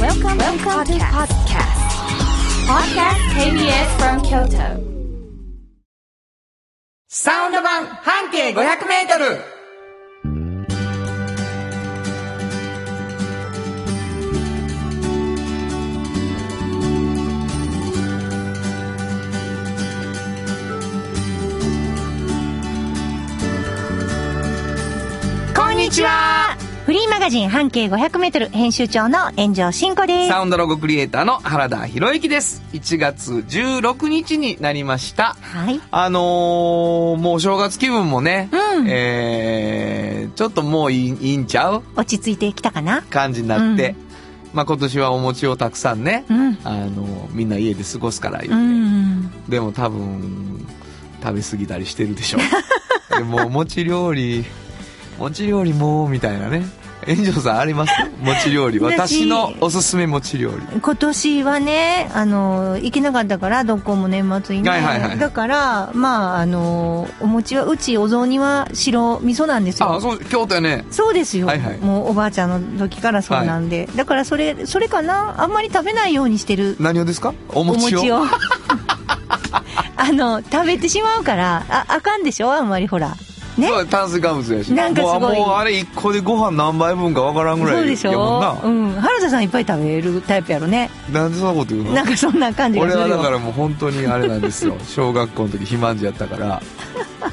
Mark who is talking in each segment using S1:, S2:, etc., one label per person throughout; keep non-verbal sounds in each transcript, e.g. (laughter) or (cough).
S1: Welcome, Welcome to podcast. Podcast KBS from Kyoto.
S2: サウンド版半径500メートルこんにちは
S3: フリーマガジン半径500メートル編集長の炎上真子です。
S2: サウンドロゴクリエイターの原田博之です。1月16日になりました。
S3: はい。
S2: あのー、もうお正月気分もね、
S3: うん
S2: えー、ちょっともういいいいんちゃう
S3: 落ち着いてきたかな
S2: 感じになって、まあ今年はお餅をたくさんね、
S3: うん。
S2: あのみんな家で過ごすから言うて、
S3: うん。
S2: でも多分食べ過ぎたりしてるでしょ (laughs) でもう餅料理餅料理もうみたいなね炎上さんあります餅料理私
S3: 私
S2: のおすすめ餅料理
S3: 今年はね、あの、行けなかったから、どこも年末にね。
S2: はいはいはい
S3: だから、まあ、あの、お餅は、うちお雑煮は白味噌なんですよ。
S2: あそう京都やね
S3: そうですよ、
S2: はいはい
S3: もうおばあちゃんの時からそうなんで、だからそれそれかなあんまり食べないようにしてる
S2: 何をですかお
S3: お
S2: 餅を
S3: 餅を
S2: (laughs)
S3: あの食べてしまうからああかんでしょあんまりほらね
S2: そう炭水化物やし
S3: なんかすごい
S2: もうもうあれ1個でご飯何杯分かわからんぐらい
S3: そうでし
S2: やもん
S3: ょ
S2: な、
S3: うん、原田さんいっぱい食べるタイプやろね
S2: なんでそんなこと言うの
S3: なんかそんな感じがす
S2: 俺
S3: るよ
S2: はだからもう本当にあれなんです
S3: (laughs)
S2: よ小学校の時肥満児やったから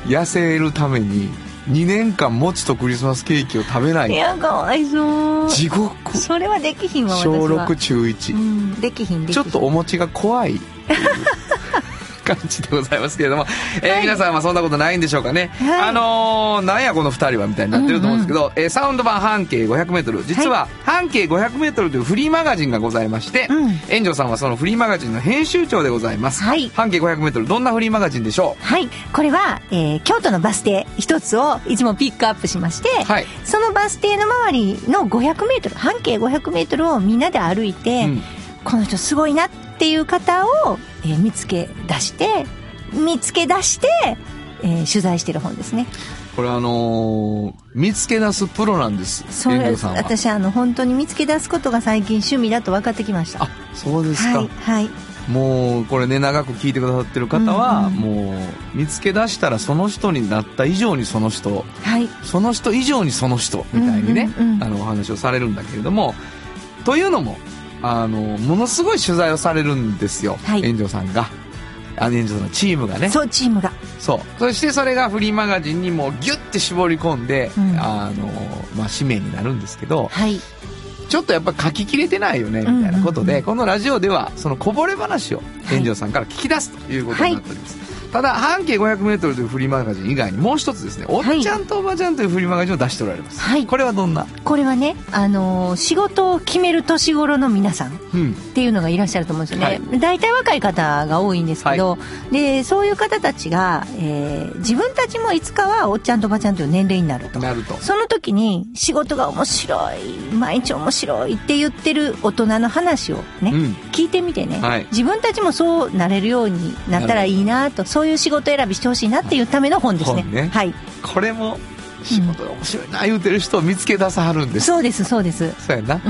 S2: 痩せるために2年間餅とクリスマスケーキを食べないい
S3: やかわいそう
S2: 地獄
S3: それはできひんわ私は
S2: 小6中
S3: う
S2: 1
S3: ん、できひん
S2: ち
S3: できひ
S2: ょ
S3: ん
S2: っとお餅が怖いっていう感じでございますけれども、えー皆さんはそんなことないんでしょうかね、
S3: はい
S2: あのーなんやこの2人はみたいになってると思うんですけど、えーサウンド版半径 500m 実は半径 500m というフリーマガジンがございまして、
S3: うん
S2: 園長さんはそのフリーマガジンの編集長でございます、
S3: はい
S2: 半径 500m どんなフリーマガジンでしょ
S3: はいこれは、えー京都のバス停一つをいつもピックアップしまして、
S2: はい
S3: そのバス停の周りの 500m 半径 500m をみんなで歩いて、
S2: うん
S3: この人すごいなっていう方を、えー見つけ出して見つけ出して、えー取材してる本ですね
S2: うこれあのー見つけ出すプロなんです
S3: そう
S2: 園
S3: で
S2: 長
S3: す
S2: さんは
S3: 私あの本当に見つけ出すことが最近趣味だと分かってきました
S2: あそうですか、
S3: はいはい
S2: もうこれね長く聞いてくださってる方は、
S3: うん
S2: もう見つけ出したらその人になった以上にその人
S3: はい
S2: その人以上にその人みたいにね、
S3: うんうんうん
S2: あのお話をされるんだけれどもというのもあのものすごい取材をされるんですよ、
S3: はい
S2: 園長さんがあの園長さんのチームがね
S3: そうチームが
S2: そうそしてそれがフリーマガジンにもうギュッて絞り込んで、
S3: うん
S2: あのまあ、使命になるんですけど、
S3: はい
S2: ちょっとやっぱ書ききれてないよねみたいなことで、
S3: うんうんう
S2: このラジオではそのこぼれ話を
S3: はい
S2: 炎上さんから聞き出すということになっております、ただ半径 500m というフリーマガジン以外にもう一つですね「おっ
S3: はい
S2: ちゃんとおばちゃん」というフリーマガジンを出しておられます、
S3: はい
S2: これはどんな、
S3: これはね、あのー仕事を決める年頃の皆さんっ
S2: うん、
S3: ていうのがいらっしゃると思うんですよね、大体若い方が多いんですけど、でそういう方たちが、えー自分たちもいつかはおっちゃんとおばちゃんという年齢になると
S2: なると
S3: その時に仕事が面白い毎日面白いって言ってる大人の話をね、
S2: うん
S3: 聞いてみてね、
S2: はい
S3: 自分たちもそうなれるようになったらいいなとそういう仕事選びしてほしいなっていうための本ですね
S2: 本ね
S3: はい
S2: これも仕事が面白いな言うてる人を見つけ出さはるんです、
S3: そうですそうです、
S2: そうやな
S3: う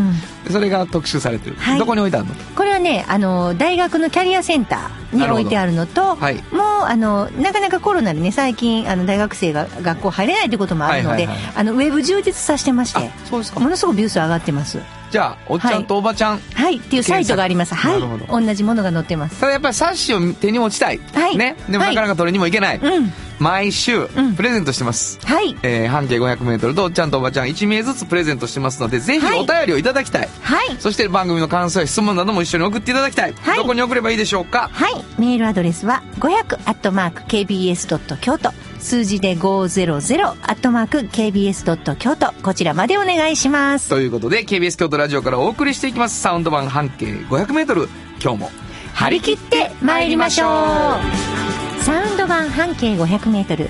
S3: ん、
S2: それが特集されてる、
S3: はい
S2: どこに置いてあるの
S3: これはねあの大学のキャリアセンターに
S2: なるほど
S3: 置いてあるのと
S2: はい
S3: もうあのなかなかコロナでね最近あの大学生が学校入れないってこともあるので、
S2: はいはいはい
S3: あのウェブ充実させてまし
S2: あ
S3: て
S2: そうですか
S3: ものすごくビュー数上がってます
S2: じゃあおっちゃんとおばちゃん、
S3: はいっていうサイトがありますは
S2: なる
S3: い
S2: ほ
S3: 同じものが載ってます
S2: ただやっぱり冊子を手に持ちたい、
S3: はい
S2: ね、でも
S3: は
S2: ないかなか取りにもいけない、
S3: うん
S2: 毎週
S3: ん
S2: プレゼントしてます、
S3: はい
S2: えー半径 500m とおっちゃんとおばちゃん1名ずつプレゼントしてますのでぜひ
S3: はい
S2: お便りをいただきたい、
S3: はい
S2: そして番組の感想や質問なども一緒に送っていただきたい、
S3: はい
S2: どこに送ればいいでしょうか
S3: はいメールアドレスは500 k b s k y o t 数字で500 k b s k y o t こちらまでお願いします
S2: ということで KBS 京都ラジオからお送りしていきますサウンド版半径 500m 今日も
S3: 張り切って参りましょうサウンド版半径 500m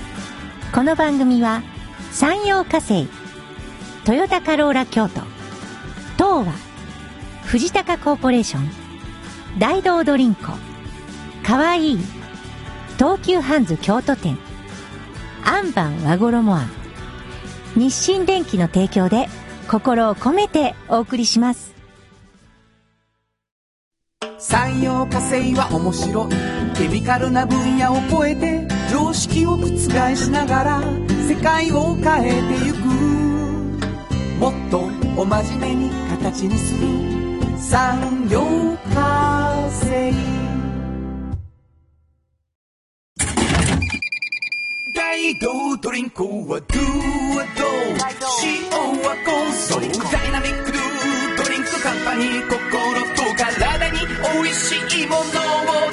S3: この番組は山陽火星トヨタカローラ京都東和藤高コーポレーション大道ドリンクかわいい東急ハンズ京都店アンバン和衣庵日清電機の提供で心を込めてお送りします
S4: 産業化成は面白いケミカルな分野を超えて常識を覆しながら世界を変えてゆくもっとお真面目に形にする産業化成大道ドリンクはドゥはドゥ塩はコンソールダイナミックドゥドリンクカンパニー心と体に美味しいものを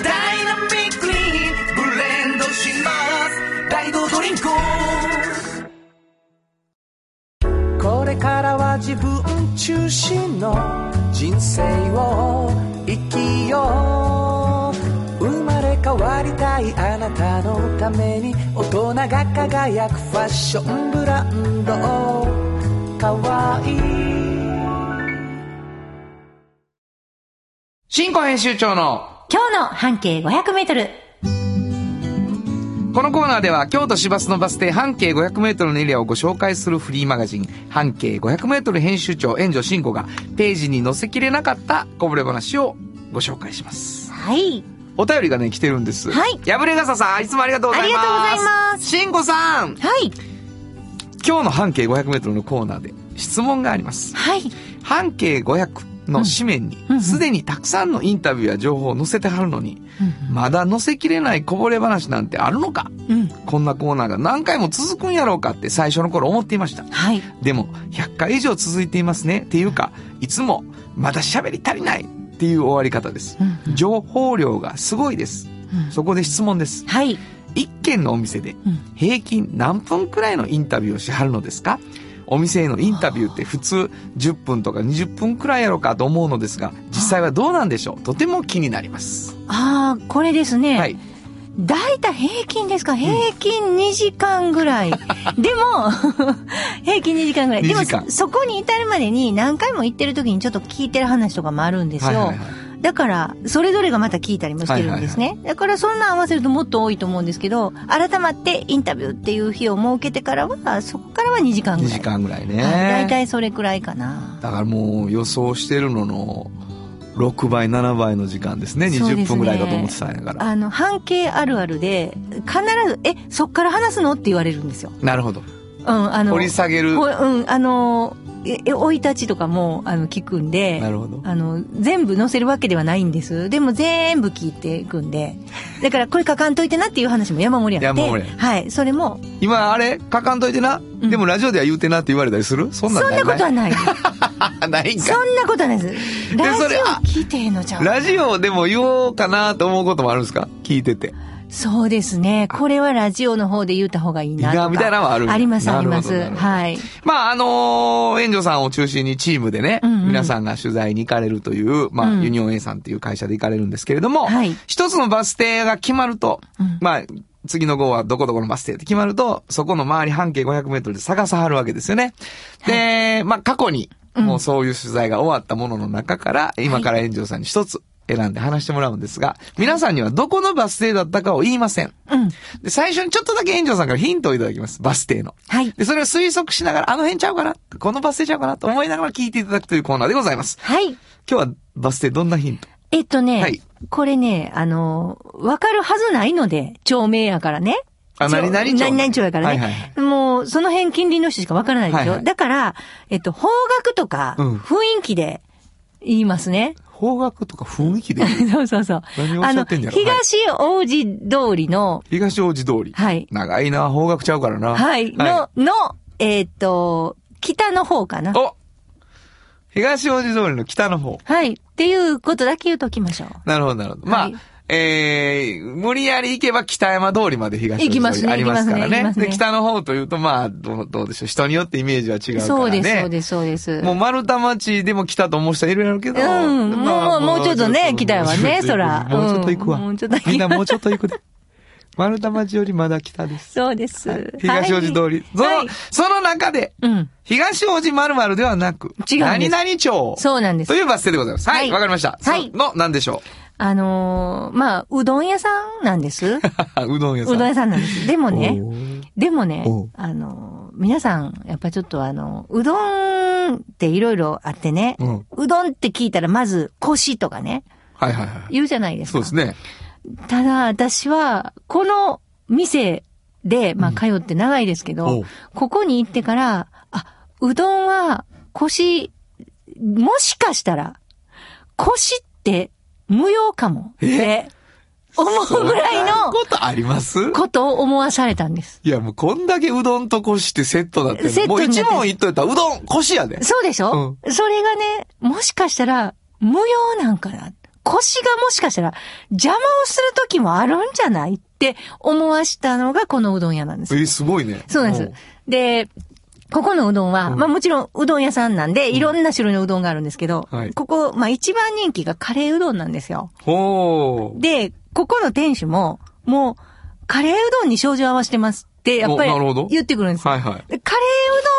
S4: ダイナミックにブレンドします大道ドリンクこれからは自分中心の人生を生きよう生まれ変わりたいあなたのために大人が輝くファッションブランドかわいい
S5: 新庫編集長の
S3: 今日の半径500メートル。
S5: このコーナーでは京都市バスのバス停半径 500m のエリアをご紹介するフリーマガジン半径 500m 編集長炎上慎吾がページに載せきれなかったこぼれ話をご紹介します。
S3: はい。
S5: お便りがね、来てるんです。
S3: はい
S5: 破れ傘さん、いつもありがとうございます。
S3: ありがとうございます
S5: 慎吾さん、
S3: はい。
S5: 今日の半径 500m のコーナーで質問があります。
S3: はい。
S5: 半径500の紙面
S3: うんうん
S5: に、すでにたくさんのインタビューや情報を載せてはるのに、まだ載せきれないこぼれ話なんてあるのか
S3: うん。
S5: こんなコーナーが何回も続くんやろうかって最初の頃思っていました。
S3: はい。
S5: でも、100回以上続いていますね。っていうか、いつも、まだ喋り足りないっていう終わり方です。
S3: うん
S5: 情報量がすごいです。
S3: うん
S5: そこで質問です。
S3: はい。
S5: 一軒のお店で
S3: うん
S5: 平均何分くらいのインタビューをしはるのですかお店へのインタビューって普通10分とか20分くらいやろうかと思うのですが、実際はどうなんでしょうとても気になります。
S3: ああ、これですね。
S5: はい。
S3: だいたい平均ですか平均2時間ぐらい。でも、 (laughs) 平均2時間ぐらい。でも
S5: 2時間
S3: そ、そこに至るまでに何回も行ってる時にちょっと聞いてる話とかもあるんですよ。
S5: はいはいはい。
S3: だから、それぞれがまた聞いたりもしてるんですね。だから、そんなん合わせるともっと多いと思うんですけど、改まってインタビューっていう日を設けてからは、そこからは2時間
S5: 2
S3: ぐらい。
S5: 時間ぐらいね。
S3: はい。大体それくらいかな。
S2: だからもう予想してるのの6倍7倍の時間ですね
S3: そう
S2: 20
S3: ですね
S2: 分ぐらいだと思ってたんやから、
S3: あの、半径あるあるで、必ず、え、そっから話すのって言われるんですよ。
S5: なるほど。
S3: うん、あの、
S5: 掘り下げる
S3: ほ。うん、あの、え、え生い立ちとかも、あの、聞くんで。
S2: なるほど
S3: あの、全部載せるわけではないんです。でも全部聞いていくんで。だからこれ書かんといてなっていう話も山盛りやって。
S2: 山盛り
S3: はい。それも、
S2: 今あれ書かんといてな、
S3: ん
S2: でもラジオでは言うてなって言われたりするそ
S3: そ
S2: ん
S3: ん
S2: なん
S3: なこと
S2: (laughs)
S3: はない。
S2: とは (laughs) ないん
S3: そ
S2: か
S3: んなことはないです。ラジ
S2: それ
S3: オ
S2: あ
S3: 聞いてへんのちゃう
S2: ラジオでも言おうかなと思うこともあるんですか聞いてて
S3: そうですね。これはラジオの方で言った方がいいな
S2: い
S3: と
S2: い
S3: か。
S2: なみたいなのはあるんや
S3: あります、あ
S2: な
S3: り
S2: る
S3: ま
S2: ほど
S3: す。
S2: なるほど
S3: はい。
S2: まああのー、援助さんを中心にチームでね、
S3: うんうん
S2: 皆さんが取材に行かれるという、まあ、
S3: うん
S2: ユニオン A さんっていう会社で行かれるんですけれども、
S3: はい
S2: 一つのバス停が決まると、
S3: うん
S2: まあ、次の号はどこどこのバス停って決まると、そこの周り半径500メートルで探さはるわけですよね。で、まあ過去に、もうそういう取材が終わったものの中から、今から炎上さんに一つ選んで話してもらうんですが、皆さんにはどこのバス停だったかを言いません。
S3: うん。
S2: で、最初にちょっとだけ炎上さんからヒントをいただきます。バス停の。
S3: はい。
S2: で、それを推測しながら、あの辺ちゃうかなこのバス停ちゃうかなと思いながら聞いていただくというコーナーでございます。
S3: はい。
S2: 今日はバス停どんなヒント
S3: えっとね、
S2: はい
S3: これね、あの、わかるはずないので、町名やからね。
S2: あ
S3: ちょ
S2: 何々町
S3: 何々町やからね。
S2: はいはい
S3: もう、その辺近隣の人しかわからないでしょ。
S2: はいはい
S3: だから、えっと、方角とか、
S2: うん
S3: 雰囲気で言いますね。 (laughs)
S2: 方角とか雰囲気で
S3: そうそうそう。
S2: 何をおっし
S3: あ
S2: ゃ
S3: の、
S2: ってんじゃろ
S3: 東王子通りの、
S2: 東大路通り。
S3: はい。
S2: 長いな、方角ちゃうからな。
S3: はい、の、の、えっと、北の方かな。
S2: お東大路通りの北の方。
S3: はい。っていうことだけ言うときましょう。
S2: なるほど、なるほど。まあ、
S3: はい
S2: えー、無理やり行けば北山通りまで東
S3: 行きま
S2: 大路通
S3: す
S2: り
S3: ね
S2: ありますから
S3: 行きま
S2: ね。
S3: すね
S2: で、北の方というと、まあ、どうどうでしょう。人によってイメージは違うからね。
S3: そうです、そうです、そうです。
S2: もう丸太町でも来たと思う人いるやろうけど。
S3: うん
S2: まあ
S3: もうもうちょっとね北山
S2: も
S3: ね
S2: うちょっと
S3: そら
S2: もうちょっと行くわ。
S3: うんもうちょっと行くわ
S2: みんなもうちょっと行くで。丸太町よりまだ北です。
S3: そうです。
S2: はい東大路通り。その、
S3: はい
S2: その中で、
S3: うん。
S2: 東大路〇〇ではなく、
S3: 違うん
S2: 何
S3: です
S2: 々町。
S3: そうなんです
S2: と。いうバス停でございます。は
S3: はい
S2: い、わ、かりました。
S3: はい
S2: その、なんでしょ
S3: あのーまあ、うどん屋さんなんです。う
S2: (laughs) う。うどん屋さん。
S3: どん屋さんなんです。でもね、
S2: おー
S3: でもね
S2: おう、
S3: あのー皆さん、やっぱちょっとあの、うどんっていろいろあってね、
S2: うん
S3: うどんって聞いたらまず、腰とかね、
S2: はいはいはい。
S3: 言うじゃないです
S2: そうで
S3: か。
S2: すね。
S3: ただ、私は、この店で、まあ、通って長いですけど、
S2: おう
S3: ここに行ってから、あ、うどんは、腰、もしかしたら、腰って、無用かも。って、思うぐらい
S2: そんな
S3: の
S2: ことあります
S3: ことを思わされたんです。
S2: いや、もうこんだけうどんと腰ってセットだって
S3: セッ
S2: も
S3: ト
S2: う
S3: になって
S2: 一問言っといたらうどん、腰やで。
S3: そうでしょ、それがね、もしかしたら、無用なんかな。腰がもしかしたら、邪魔をする時もあるんじゃないって思わしたのがこのうどん屋なんです。
S2: え、すごいね。
S3: そうなんです。で、ここのうどんは、まあもちろんうどん屋さんなんで、いろんな種類のうどんがあるんですけど、
S2: はい
S3: ここ、まあ一番人気がカレーうどんなんですよ。
S2: ほう。
S3: で、ここの店主も、もう、カレーうどんに症状合わせてますって、やっぱり
S2: おなるほど
S3: 言ってくるんですよ。
S2: はいはい。
S3: でカレーうどん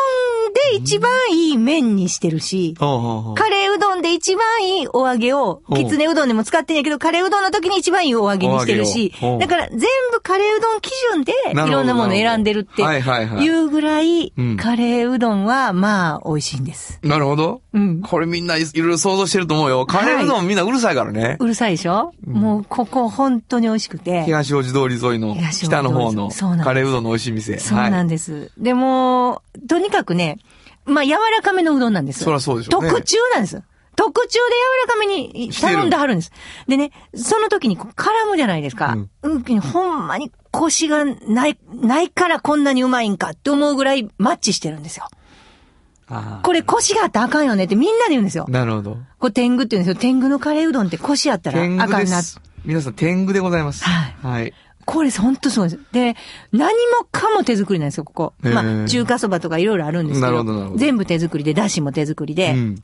S3: で一番いい麺にしてるし、
S2: はあはあはあ
S3: カレーうどんで一番いいお揚げを、
S2: うん
S3: きつねうどんでも使ってんやけど、カレーうどんの時に一番いいお揚げにしてるし
S2: お揚げをう、ん
S3: だから全部カレーうどん基準で
S2: なるほど
S3: いろんなもの選んでるって
S2: はいはいはい
S3: いうぐらい
S2: うん、
S3: カレーうどんはまあ美味しいんです。
S2: なるほど。
S3: うん
S2: これみんないろいろ想像してると思うよ。カレーうどんみんなうるさいからね。
S3: うるさいでしょもうここ本当に美味しくて。
S2: 東大路通り沿いの
S3: 東
S2: 北
S3: 大路
S2: の方の
S3: そうなんです
S2: カレーうどんの美味しい店。
S3: そうなん
S2: で
S3: です。でも、とにかくね、まあ柔らかめのうどんなんです。
S2: そりゃそうでしょうね
S3: 特注なんです。特注で柔らかめに
S2: してる
S3: 頼んではるんです。でね、その時にこう絡むじゃないですか。うん、ほんまに腰がない、ないからこんなにうまいんかって思うぐらいマッチしてるんですよ。
S2: はい。あ
S3: これ腰があったらあかんよねってみんなで言うんですよ
S2: あ。。なるほど。
S3: こう天狗って言うんですよ。天狗のカレーうどんって腰あったら
S2: 天
S3: あ
S2: 狗
S3: か
S2: で
S3: んな。
S2: す。皆さん天狗でございます。
S3: はい
S2: はい。
S3: これ本当そうです。で、何もかも手作りなんですよ、ここ。
S2: へー
S3: まあ、中華そばとかいろいろあるんですけど。
S2: なるほどなるほど
S3: 全部手作りで、だしも手作りで。
S2: うん。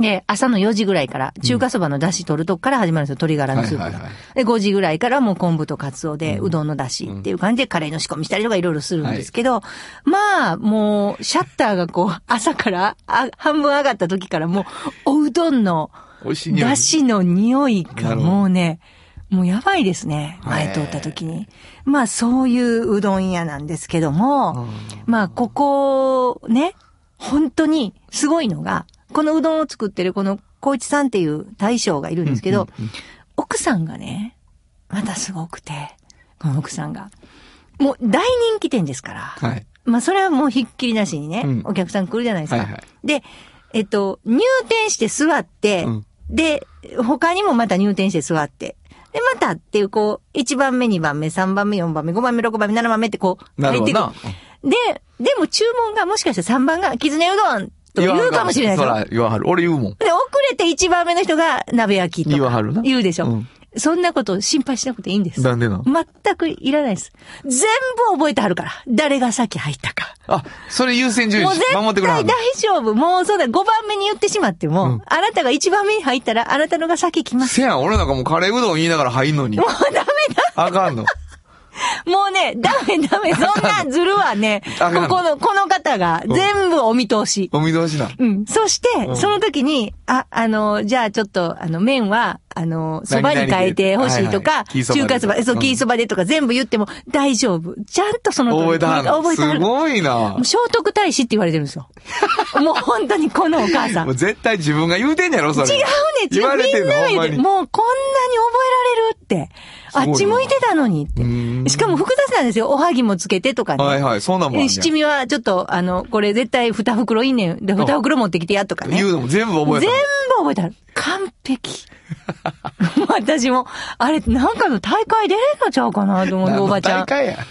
S3: で、朝の4時ぐらいから、中華そばのだし取るとこから始まるんですよ、鶏ガラのスープが。
S2: はいはいはい
S3: で、5時ぐらいからもう昆布とカツオで、うどんのだしっていう感じで、カレーの仕込みしたりとかいろいろするんですけど、まあ、もう、シャッターがこう、朝から、あ半分上がった時からもう、おうどんの、
S2: 美味しい匂い。
S3: だしの匂い
S2: な
S3: が
S2: るほど
S3: もうね、もうやばいですね。
S2: はい
S3: 前通った時に。まあそういううどん屋なんですけども、まあここね、本当にすごいのが、このうどんを作ってるこの小一さんっていう大将がいるんですけど、奥さんがね、またすごくて、この奥さんが。もう大人気店ですから。
S2: はい。
S3: まあ、それはもうひっきりなしにね、
S2: うん
S3: お客さん来るじゃないですか。
S2: はいはい
S3: で、えっと、入店して座って、
S2: うん
S3: で、他にもまた入店して座って、で、またっていう、こう、1番目、2番目、3番目、4番目、5番目、6番目、7番目ってこう、
S2: なる
S3: 入っ
S2: ほ
S3: て
S2: ど
S3: くる
S2: な。
S3: で、でも注文がもしかしたら3番が、きつねうどんと言うかもしれないで
S2: そ
S3: すよ。
S2: ら、言わはる。俺言うもん。
S3: で、遅れて1番目の人が鍋焼きと
S2: 言わ
S3: か
S2: はるな。
S3: 言うでしょ。
S2: うん
S3: そんなこと心配しなくていいんです。
S2: なんでなん
S3: 全くいらないです。全部覚えてはるから。誰が先入ったか。
S2: あ、それ優先順位
S3: もう絶
S2: 守って
S3: 対
S2: くれは
S3: 大
S2: んの
S3: 丈夫。もうそうだ、5番目に言ってしまっても、あなたが1番目に入ったら、あなたのが先
S2: (laughs)
S3: 来ます。
S2: せやん、俺なんかもうカレーうどん言いながら入んのに。もうダメだ。あかん
S3: (laughs)
S2: の。
S3: もうね、ダメダメ、そんなずるはね、
S2: あかん
S3: ここの、この方が全部お見通し。
S2: お見通しな。
S3: うん。そして、その時に、あ、あの、じゃあちょっと、あの、麺は、あの、そばに変えてほしいと
S2: はいは
S3: か
S2: い、キーそばで
S3: 中華そば、えそうう、
S2: ん
S3: キーそばでとか全部言っても大丈夫。ちゃんとその通
S2: 覚え
S3: り
S2: たはんの。
S3: 覚えては
S2: す
S3: る。も
S2: ごいな
S3: う。聖徳太子って言われてる
S2: (laughs)
S3: んですよ。もう本当にこのお母さん
S2: もう。絶対自分が言うてんやろ、それ。
S3: 違うねん
S2: 言われてん
S3: みんな
S2: の、ほ
S3: が
S2: ん
S3: 言
S2: ま
S3: うて
S2: に。
S3: もうこんなに覚えられるって。
S2: ごい
S3: あ
S2: な
S3: っち向いてたのに
S2: う
S3: っ
S2: ーん
S3: て。しかも複雑なんですよ。おはぎもつけてとかね。
S2: はいはい、そんなもんあんね
S3: え
S2: ん。
S3: 七味はちょっと、あの、これ絶対二袋いいねん。で、二袋持ってきてやとかね。
S2: 言うのも全部覚えた
S3: 全
S2: の。
S3: 部覚えてある。完璧。 (laughs) 私も、あれ、なんかの大会出れんのちゃうかなと思って、おばちゃ
S2: 何の大会や。
S3: ん。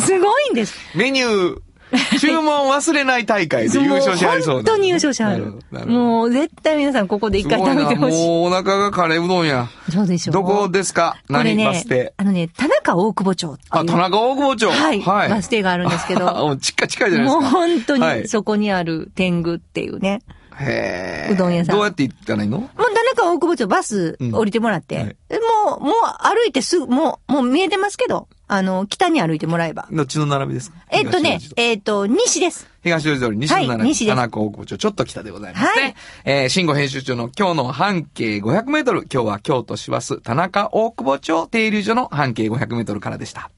S3: すごいんです。
S2: メニュ
S3: (laughs)
S2: ー、注文忘れない大会で優勝しはりそう
S3: もう本当に優勝しは
S2: なる
S3: る
S2: ほどな。るほど
S3: もう絶対皆さんここで一
S2: す
S3: 回
S2: ごい
S3: 食べ
S2: な
S3: てほしい。
S2: もうお腹がカレーうどんや。
S3: そうでしょう。
S2: どこですか
S3: これ
S2: 何バ
S3: ね
S2: ス停、。
S3: あのね、田中大久保町っていう。
S2: あ、田中大久保町。
S3: はいバス停があるんで
S2: (laughs)
S3: すけど
S2: あ近い近いじゃないです
S3: もう
S2: か。
S3: 本当
S2: は
S3: に
S2: い
S3: そこにある天狗っていうね。
S2: へー
S3: うどん屋さん
S2: どうやって行ったらいいの
S3: もう田中大久保町バス
S2: うん
S3: 降りてもらって、
S2: はい
S3: えもう、もう歩いてすぐ、もう、もう見えてますけど、あの、北に歩いてもらえば。
S2: どっちの並びですか
S3: えっとね
S2: 東大路、
S3: えっと、西です。
S2: 東大路通り西の並び、
S3: はい西です
S2: 田中大久保町、ちょっと北でございますね。
S3: はい
S2: えー、慎吾編集長の今日の半径500メートル、今日は京都市バス田中大久保町停留所の半径500メートルからでした。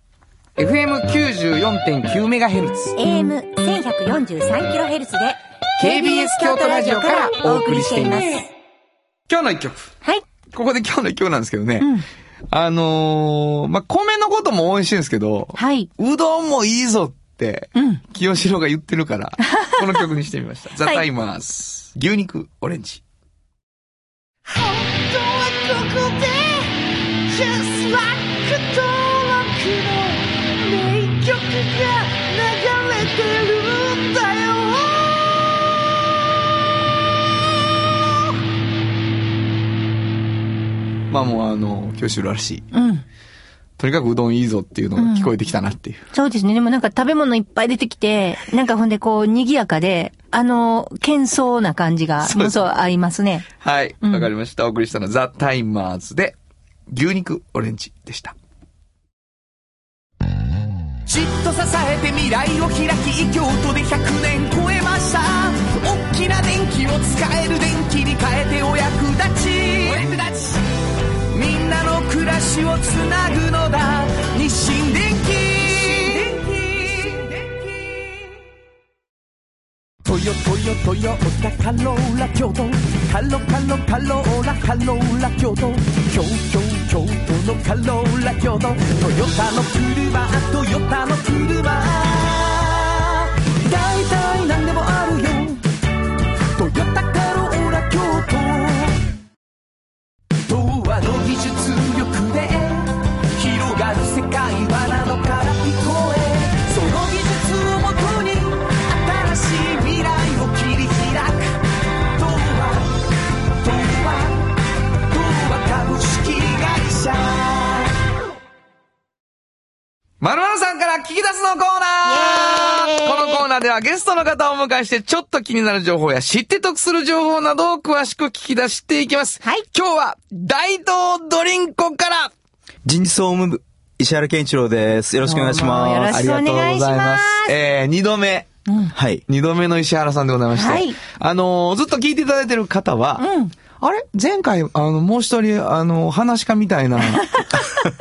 S2: FM94.9 メガヘルツ。
S3: AM1143kHz で、
S2: KBS 京都ラジオからお送りしています。今日の一曲。
S3: はい。
S2: ここで今日の今日なんですけどね。
S3: うん
S2: あのー、まあ、米のことも応援してるんですけど、
S3: はい。
S2: うどんもいいぞって、
S3: うん
S2: 清志郎が言ってる
S3: (laughs)
S2: から、この曲にしてみました。ザ・タイマース、牛肉オレンジ。まあもうあの、清志郎らしい。
S3: うん。
S2: とにかくうどんいいぞっていうのが聞こえてきたなっていう。
S3: そうですね。でもなんか食べ物いっぱい出てきて、なんかほんでこう、賑やかで、あの、喧騒な感じが、
S2: そうです
S3: そう合いますね。
S2: はい。
S3: うん
S2: わかりました。お送りしたのはザ・タイマーズで、牛肉オレンジでした。
S4: じっと支えて未来を開き京都で100年超えました大きな電気を使える電気に変えてお役立ちお役立ちみんなの暮らしをつなぐのだ日清電気トヨトヨトヨタカローラ京都カロカロカローラカローラ京都京京京都のカローラ京都トヨタの車トヨタの車大体何でもあるよトヨタカローラ京都童話の技術力で広がる世界はなのから聞こえその技術をもとに新しい未来を切り開く童話童話童話株式会社
S2: まるまるさんから聞き出すのコーナーこのコーナーではゲストの方をお迎えしてちょっと気になる情報や知って得する情報などを詳しく聞き出していきます。
S3: はい
S2: 今日は大東ドリンコから
S6: 人事総務部、石原健一郎です。よろしくお願いし
S3: どうもよろ
S6: ま
S3: しく
S6: す。
S2: ありがとうござい
S3: お願いしま
S2: ますす。えー、二度目。
S6: はい。
S2: 二度目の石原さんでございまして。
S3: はい
S2: あのーずっと聞いていただいてる方は、
S3: うん
S2: あれ前回、あの、もう一人、あの、話し家みたい
S3: (laughs)
S2: な、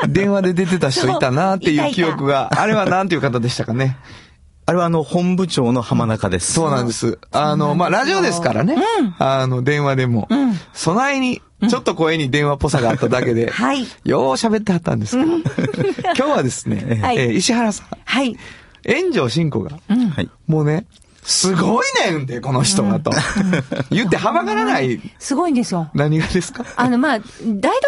S2: 電話で出てた人いたなって
S3: そうい
S2: い
S3: たいうた
S2: 記憶が、あれはなんていう方でしたかね。
S6: あれはあの、本部長の浜中です。
S2: そうなんです。あの、まあ、ラジオですからね。あの、電話でも。備えに、ちょっと声に電話っぽさがあっただけで。
S3: はい
S2: よう喋ってはったんですけど。 (laughs) 今日 (laughs) はですね、
S3: はい
S2: えー石原さん、
S3: はい。
S2: 炎上進行が、
S6: はい。
S2: もうね、すごいねんで、この人はと。 (laughs) 言ってはばからない、
S3: すごいんですよ。
S2: 何がですか
S3: あの、まあ、大道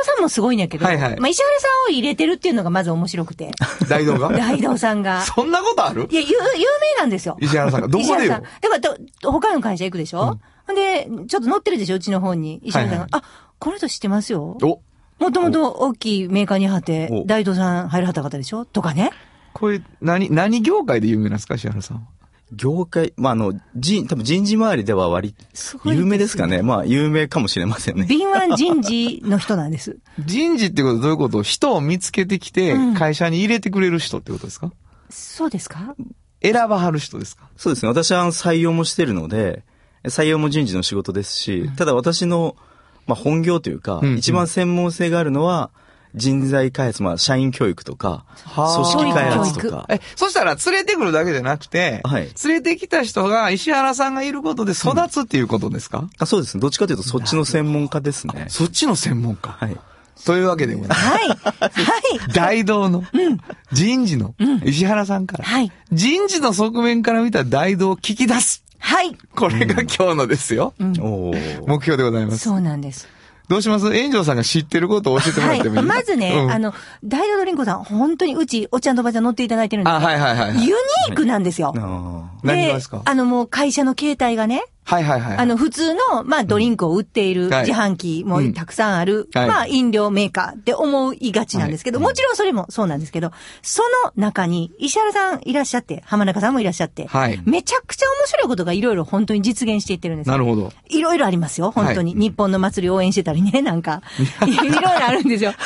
S3: さんもすごいんやけど、
S2: はいはい
S3: まあ、石原さんを入れてるっていうのがまず面白く (laughs) て、
S2: 大道が
S3: 大道さんが。
S2: そんなことある
S3: いや、有、有名なんですよ。
S2: 石原さんがどこでよ
S3: 石原さん。やっぱと、他の会社行くでしょ、ほん、で、ちょっと乗ってるでしょうちの方に。石原さんが。
S2: はい
S3: あ、この人知ってますよ。
S2: お
S3: もともと大きいメーカーに入って
S6: お、
S3: 大道さん入らはった方でしょとかね。
S2: これ、何、何業界で有名なんですか石原さんは。
S6: 業界、まあ、あの、人、多分人事周りでは割
S3: すご
S6: と、
S3: いですね
S6: 有名ですかね。まあ、有名かもしれませんね。
S3: 敏腕人事の人なんです。
S2: 人事ってことはどういうこと人を見つけてきて
S3: うん、
S2: 会社に入れてくれる人ってことですか、
S3: そうですか
S2: 選ばはる人ですか
S6: そうですね。私はあの採用もしてるので、採用も人事の仕事ですし、ただ私の、まあ、本業というか、
S2: うん
S6: 一番専門性があるのは、人材開発、まあ、社員教育とか、組
S2: はあ
S6: 織開発
S3: 教
S6: と
S3: 育
S6: か、
S2: え、そしたら連れてくるだけじゃなくて、
S6: はい
S2: 連れてきた人が石原さんがいることで育つっていうことですか、
S6: あそうですね。どっちかというと、そっちの専門家ですね。
S2: そっちの専門家。
S6: はい。
S2: というわけでござい
S3: (laughs)
S2: ます。 (laughs)
S3: はい。はい。
S2: 大道の、人事の、石原さんから、
S3: はい
S2: 人事の側面から見た大道を聞き出す。
S3: はい。
S2: これが今日のですよ。
S6: おー
S2: 目標でございます。
S3: そうなんです。
S2: どうします炎上さんが知ってることを教えてもら
S3: は
S2: って
S3: い。
S2: もいい、
S3: まずね、
S2: うん
S3: あの、大道ドリンコさん、本当にうち、おっちゃんとおばちゃん乗っていただいてるんです
S2: あ、
S3: けど
S2: はいはいはい、はい。
S3: ユニークなんですよ。
S6: あー
S2: 何がですか
S3: あのもう会社の携帯がね、
S2: はいはいはい。
S3: あの普通の、まあドリンクを売っている
S2: はい
S3: 自販機もたくさんある、
S2: はい
S3: まあ飲料メーカーって思いがちなんですけど、もちろんそれもそうなんですけど、その中に石原さんいらっしゃって、浜中さんもいらっしゃって、
S2: はい
S3: めちゃくちゃ面白いことがいろいろ本当に実現していってるんですよ
S2: なるほど。
S3: いろいろありますよ、本当に。日本の祭り応援してたりね、なん
S2: (laughs)
S3: か。いろいろあるんですよ。ね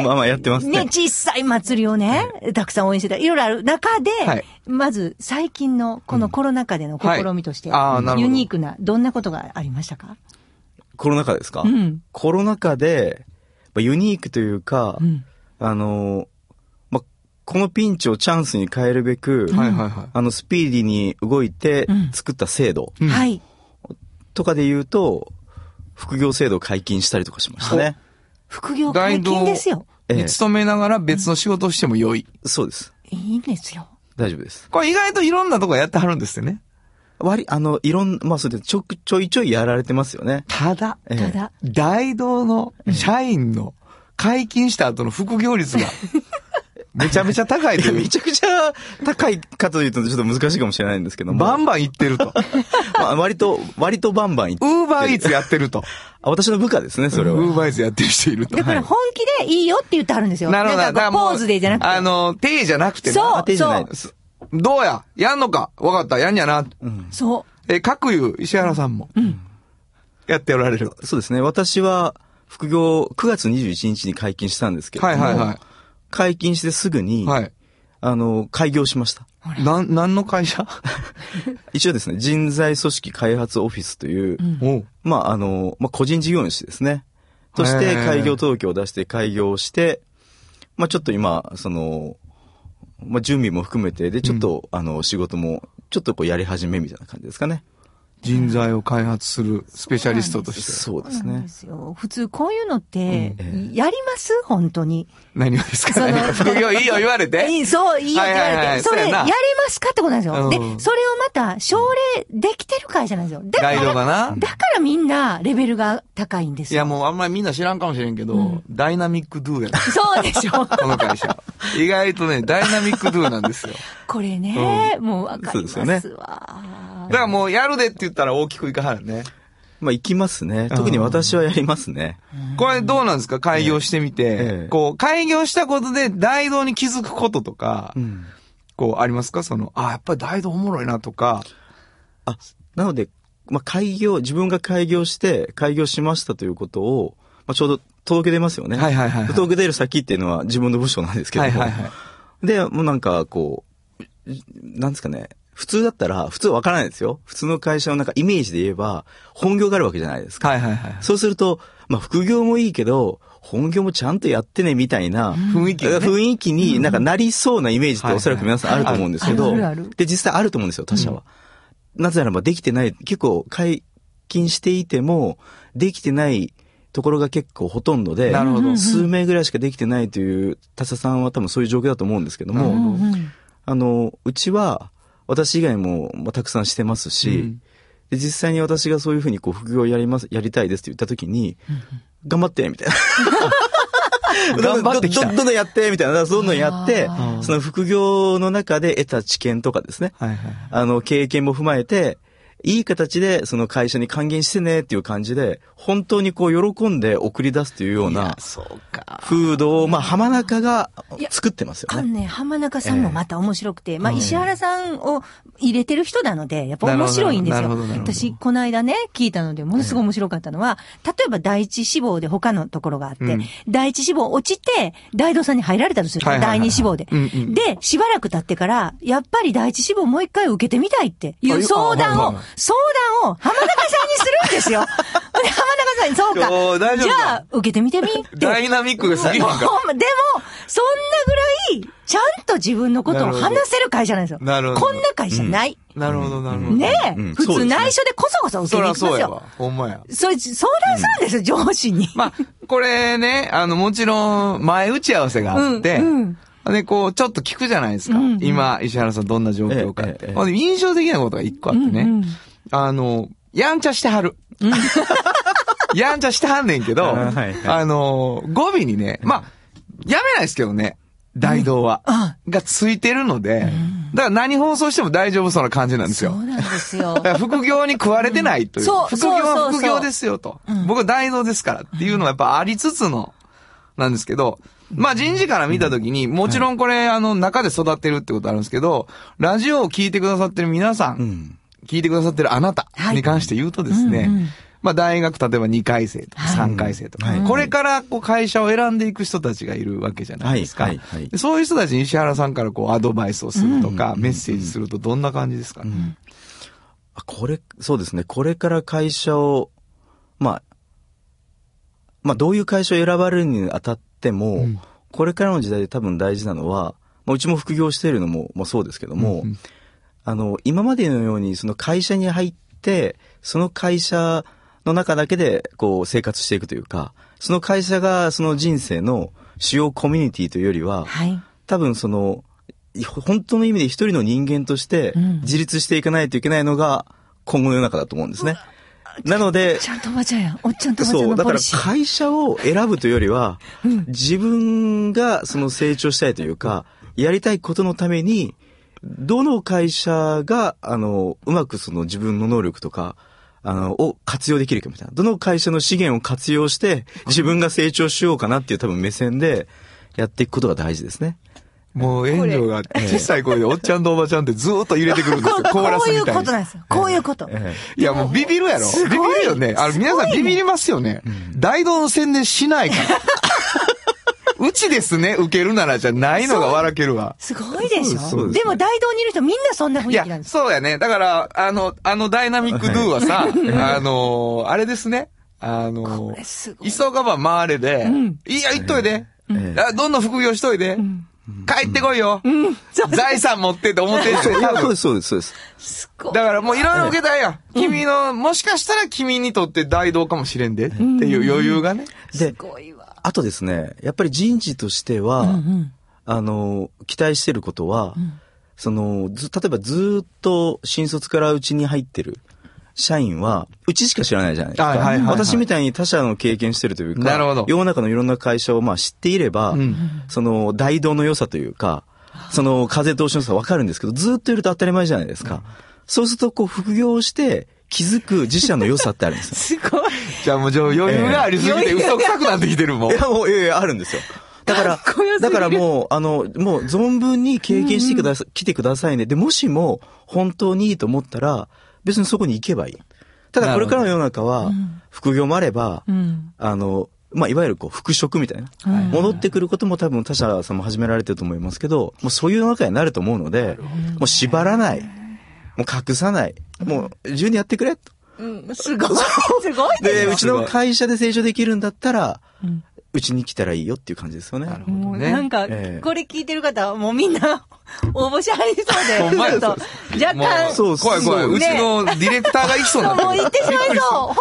S6: (laughs) まあまあやってますね
S3: ね、小さい祭りをね、たくさん応援してたり、いろいろある中で、
S2: はい
S3: まず最近のこのコロナ禍での試みとして、
S2: はいあーなるほど
S3: ユニークな、どんなことがありましたか
S6: コロナ禍ですか、
S3: うん
S6: コロナ禍で、まあユニークというか、
S3: ん
S6: あの、まあ、このピンチをチャンスに変えるべく、
S2: はいはいはい。
S6: あの、スピーディーに動いて
S3: ん
S6: 作った制度
S3: はい。
S6: とかで言うと、副業制度を解禁したりとかしましたね。
S3: 副業解禁ですよ。
S6: ええ
S2: に勤めながら別の仕事をしても良い。
S6: そうです。
S3: いいんですよ。
S6: 大丈夫です。
S2: これ意外といろんなとこやってはるんですよね。
S6: 割り、あの、いろん、まあ、それでちょく、ちょいちょいやられてますよね。
S2: ただ、
S6: ええ
S3: ただ、
S2: 大道の社員の解禁した後の副業率 (laughs) が、めちゃめちゃ高い
S6: (laughs) い
S2: と
S6: や
S2: い
S6: め
S2: う。
S6: ちゃくちゃ高いかというとちょっと難しいかもしれないんですけども。
S2: (laughs) バンバン行って (laughs) ると。
S6: まあ割と、割とバンバンい
S2: ウーバーイーツやってると。
S6: あ私の部下ですね、それ
S2: ウー
S6: は。
S2: バーイーツやってる人いると
S3: だ。から本気でいいよって言ってあるんですよ。
S2: なるほど。
S3: なんかこうポーズでじゃなくて。
S2: あの、手じゃなくてね
S3: そう
S6: 当てじゃない
S3: そう
S6: です。
S2: どうややんのかわかった。やんやな。
S3: そ
S2: え、各有、石原さんも。やっておられる。
S6: そうですね。私は、副業、9月21日に解禁したんですけれども、
S2: はいはいはい
S6: 解禁してすぐに、
S2: はい。
S6: あの、開業しました。
S2: なん、何の会社
S6: 一応ですね、人材組織開発オフィスという、
S2: おう
S6: まあ、あの、まあ、個人事業主ですね。として、
S2: へー
S6: 開業届を出して開業をして、まあ、ちょっと今、その、まあ、準備も含めて、で、ちょっと、あの、仕事も、ちょっとこうやり始めみたいな感じですかね。
S2: 人材を開発するスペシャリストとして。
S6: そう
S3: う。
S6: で
S3: そ
S6: す
S3: うなん
S6: ね
S3: で。すよ。普通こういうのって
S6: うん、
S3: やります本当に。
S2: 何をです
S3: そ
S2: か
S3: の
S2: 何を副業いいよ言われて。
S3: いいそう、いいよって言わ
S2: はいはい
S3: れ
S2: は
S3: て。
S2: い
S3: それ、
S2: そう
S3: や
S2: やな
S3: りますかってことなんですよ。
S2: う
S3: で、
S2: ん
S3: それをまた、奨励できてる会社なんですよ。だか
S2: ガイドが
S3: ら、
S2: な。
S3: だからみんな、レベルが高いんです
S2: い
S3: よ。
S2: やもうあんまりみんな知らんかもしれんけど、ダイナミックドゥやな
S3: そうでしょ。
S2: この会
S6: (laughs)
S2: 社。意外とね、ダイナミックドゥなんですよ。
S3: これね、もうわかり
S6: そう
S3: ま
S6: ですす
S3: わ
S2: だ。からもうやるでって言ったら大きくいかはるね。
S6: まあ、行きますね。特に私はやりますね。
S2: これどうなんですか開業してみて、
S6: ええ
S2: こう、開業したことで大道に気づくこととか、
S6: うん
S2: こう、ありますかその、あ、やっぱり大道おもろいなとか、
S6: あ、なので、まあ、開業、自分が開業して、開業しましたということを、まあ、ちょうど届け出ますよね。
S2: はいはいはいはい
S6: 届け出る先っていうのは自分の部署なんですけども。
S2: はいはいは
S6: で、もうなんか、こう、なんですかね。普通だったら、普通わからないですよ。普通の会社のなんかイメージで言えば、本業があるわけじゃないですか。
S2: はいはいはい。
S6: そうすると、まあ、副業もいいけど、本業もちゃんとやってね、みたいな、
S2: 雰囲気がね
S6: 雰囲気になんかなりそうなイメージっておそらく皆さんあると思うんですけ
S3: はい
S6: ど
S3: はいあるあるある、
S6: で、実際あると思うんですよ、他社は。なぜならばできてない、結構解禁していても、できてないところが結構ほとんどで、
S2: なるほど
S6: 数名ぐらいしかできてないという他社さんは多分そういう状況だと思うんですけども、
S3: うんうん
S6: あの、うちは、私以外も、まあ、たくさんしてますし、
S2: うん
S6: で、実際に私がそういうふうに、こう、副業やります、やりたいですって言った時に、頑張って、みたいな。
S2: 頑張ってきた
S6: どどどんどんやって、みたいな。どんどんやって
S3: あ、
S6: その副業の中で得た知見とかですね。
S2: はいはい。
S6: あの、経験も踏まえて、いい形で、その会社に還元してねっていう感じで、本当にこう、喜んで送り出すというような、
S2: そうか。
S6: 風土を、まあ、浜中が
S3: いや
S6: 作ってますよ
S3: あの
S6: ね。
S3: ね、浜中さんもまた面白くて、まあ、石原さんを入れてる人なので、やっぱ面白いんです
S2: なる
S3: よ
S2: ほどなる。ほど
S3: 私、この間ね、聞いたので、ものすごい面白かったのは、例えば第一志望で他のところがあって、
S2: うん
S3: 第一志望落ちて、大道さんに入られたとする。
S2: はいはいはい
S3: 第二志望で、
S2: うんうん
S3: で、しばらく経ってから、やっぱり第一志望もう一回受けてみたいってい
S2: あ
S3: う
S2: よ
S3: 相談を、
S2: あはいはい
S3: 相談を浜中さんにする
S2: (laughs)
S3: んですよ。で浜中さんに、そうか
S2: おー。大丈夫
S3: じ
S2: か
S3: ゃあ、受けてみてみって。
S2: ダイナミックがすぎるんか。
S3: ほんまでも、そんなぐらい、ちゃんと自分のことを話せる会社なんですよ。
S2: なるほど
S3: こんな会社ない。
S2: なるほどなるほど。
S3: ねえ、
S6: うん
S3: 普
S6: そう
S3: 通
S6: ですね
S3: 内緒でこそこそ受
S2: そ
S3: けに
S2: ら
S3: 行きま
S2: そう
S3: す
S2: や
S3: よ
S2: わ。。ほんまや。
S3: それ、相談するんですよ、上司に。
S2: まあ、これね、あの、もちろん、前打ち合わせがあって、
S3: うん
S2: で、こう、ちょっと聞くじゃないですか。
S3: うんうん
S2: 今、石原さんどんな状況かっ
S6: ええ
S2: て。
S6: ええ
S2: ほんで印象的なことが一個あってね、
S3: うんうん
S2: あの、やんちゃしてはる。 (laughs) やんちゃしてはんねんけど、
S6: あ
S2: あ,、
S6: ーはいはい
S2: の、語尾にね、まあ、やめないですけどね、大道は、
S3: あ
S2: がついてるので、だから何放送しても大丈夫そうな感じなんです
S3: そ
S2: よ。
S3: うなんですよ
S2: (laughs) だ。から副業に食われてないという。
S3: そう
S2: 副業
S3: そうそう
S2: は
S3: そう
S2: 副業ですよと。
S3: ん
S2: 僕は大道ですからっていうのはやっぱありつつの、なんですけど、まあ人事から見たときに、もちろんこれ、あの、中で育ってるってことあるんですけど、ラジオを聞いてくださってる皆さん、
S6: うん。
S2: 聞いてくださってるあなた
S3: はい
S2: に関して言うとですね、
S3: うんうん
S2: まあ大学例えば2回生とか3回生とか、
S6: はい
S2: これからこう会社を選んでいく人たちがいるわけじゃないですか。
S6: はいはいはい
S2: でそういう人たちに石原さんからこうアドバイスをするとか、メッセージするとどんな感じですか、
S6: あこれ、そうですね。これから会社を、まあ、まあ、どういう会社を選ばれるにあたっても、これからの時代で多分大事なのは、まあ、うちも副業しているのも、まあ、そうですけども、あの、今までのように、その会社に入って、その会社の中だけで、こう、生活していくというか、その会社がその人生の主要コミュニティというよりは、
S3: はい。
S6: 多分その、い本当の意味で一人の人間として
S3: うん
S6: 自立していかないといけないのが今後の世の中だと思うんですね。なので、
S3: ちゃんとおばちゃんやん。おっちゃんとおばちゃん
S6: そう、
S3: の
S6: だ
S3: ポ
S6: から
S3: リシー。
S6: 会社を選ぶというよりは、自分がその成長したいというか、やりたいことのために、どの会社が、あの、うまくその自分の能力とか、あの、を活用できるかみたいな。どの会社の資源を活用して、自分が成長しようかなっていう多分目線で、やっていくことが大事ですね。
S2: もう、炎上が小さい声でおっちゃんとおばちゃんってずーっと入れてくるんですよ。コーラ
S3: こ
S2: ス
S3: うい
S2: み
S3: うこ
S2: たい
S3: と
S2: に
S3: な。んですよ。こういうこと。
S2: いや、もうビビるやろ。ビビるよね。あの、皆さんビビりますよね。大道の宣伝しない
S3: (laughs)
S2: から。うちですね、受けるならじゃないのが笑けるわ。
S3: すごいでし
S6: そう
S3: ょ
S6: です
S3: でも大道にいる人みんなそんな雰
S2: い
S3: 囲気なん
S2: や、
S3: です。
S2: そうやね。だから、あの、あのダイナミックドゥは
S3: (laughs)
S2: さ、あの、あれですね。あの
S3: これす、ごい
S2: 急がば回れで、いや、行っといで。
S6: ええ
S2: あどんどん副業しといで。帰ってこいよ。財産持ってって思ってる人
S6: そうい
S2: 多
S6: やそう
S2: 分
S6: です、そうです、そうです。
S3: すごい、
S2: だからもういろいろ受けたいやん。君の、もしかしたら君にとって大道かもしれんで、っていう余裕がね。
S6: です
S3: ごいわ。
S6: あとですね、やっぱり人事としては、
S3: うん。
S6: あの、期待してることは、その、ず、例えばずっと新卒からうちに入ってる社員は、うちしか知らないじゃないですか。
S2: はいはいはいはい
S6: 私みたいに他社の経験してるというか、
S2: なるほど
S6: 世の中のいろんな会社をまあ知っていれば、
S2: うん
S6: その、大道の良さというか、その、風通しの良さわかるんですけど、ずっといると当たり前じゃないですか。そうすると、こう、副業して気づく自社の良さってあるんですよ。
S3: すごい。
S2: じゃあもうじゃあ余裕がありすぎて嘘くさくなってきてるもん
S6: い。や、もう、いやいや、あるんですよ。だから、だからもう、あの、もう存分に経験してくださ、来てくださいね。で、もしも本当にいいと思ったら、別にそこに行けばいい。ただ、
S2: な
S6: こ
S2: る
S6: れ
S2: ほど
S6: からの世の中は、副業もあれば、
S3: うん。
S6: あの、まあ、いわゆるこう、復職みたいな。戻ってくることも多分他社さんも始められてると思いますけど、もうそういう世の中になると思うので、もう縛らない。もう隠さない。もう、自由にやってくれ。と
S3: うんすごい。すごい
S6: で、
S3: で
S6: う
S3: す
S6: ちの会社で成長できるんだったら
S3: ん、
S6: うちに来たらいいよっていう感じですよね。
S3: よ。もうなんか
S6: ええ、
S3: これ聞いてる方、もうみんな (laughs) 応募しはりそ
S2: ほ
S3: う
S2: ん
S3: で、
S2: ま
S3: ちょ
S2: や
S3: っと、若
S2: も
S3: 干、
S2: う
S3: そう、
S6: そ
S2: 怖
S6: う
S2: い怖い。
S6: そう
S2: うちのディレクターが行きそうになって
S3: もう行ってしまいそう。ほんまに行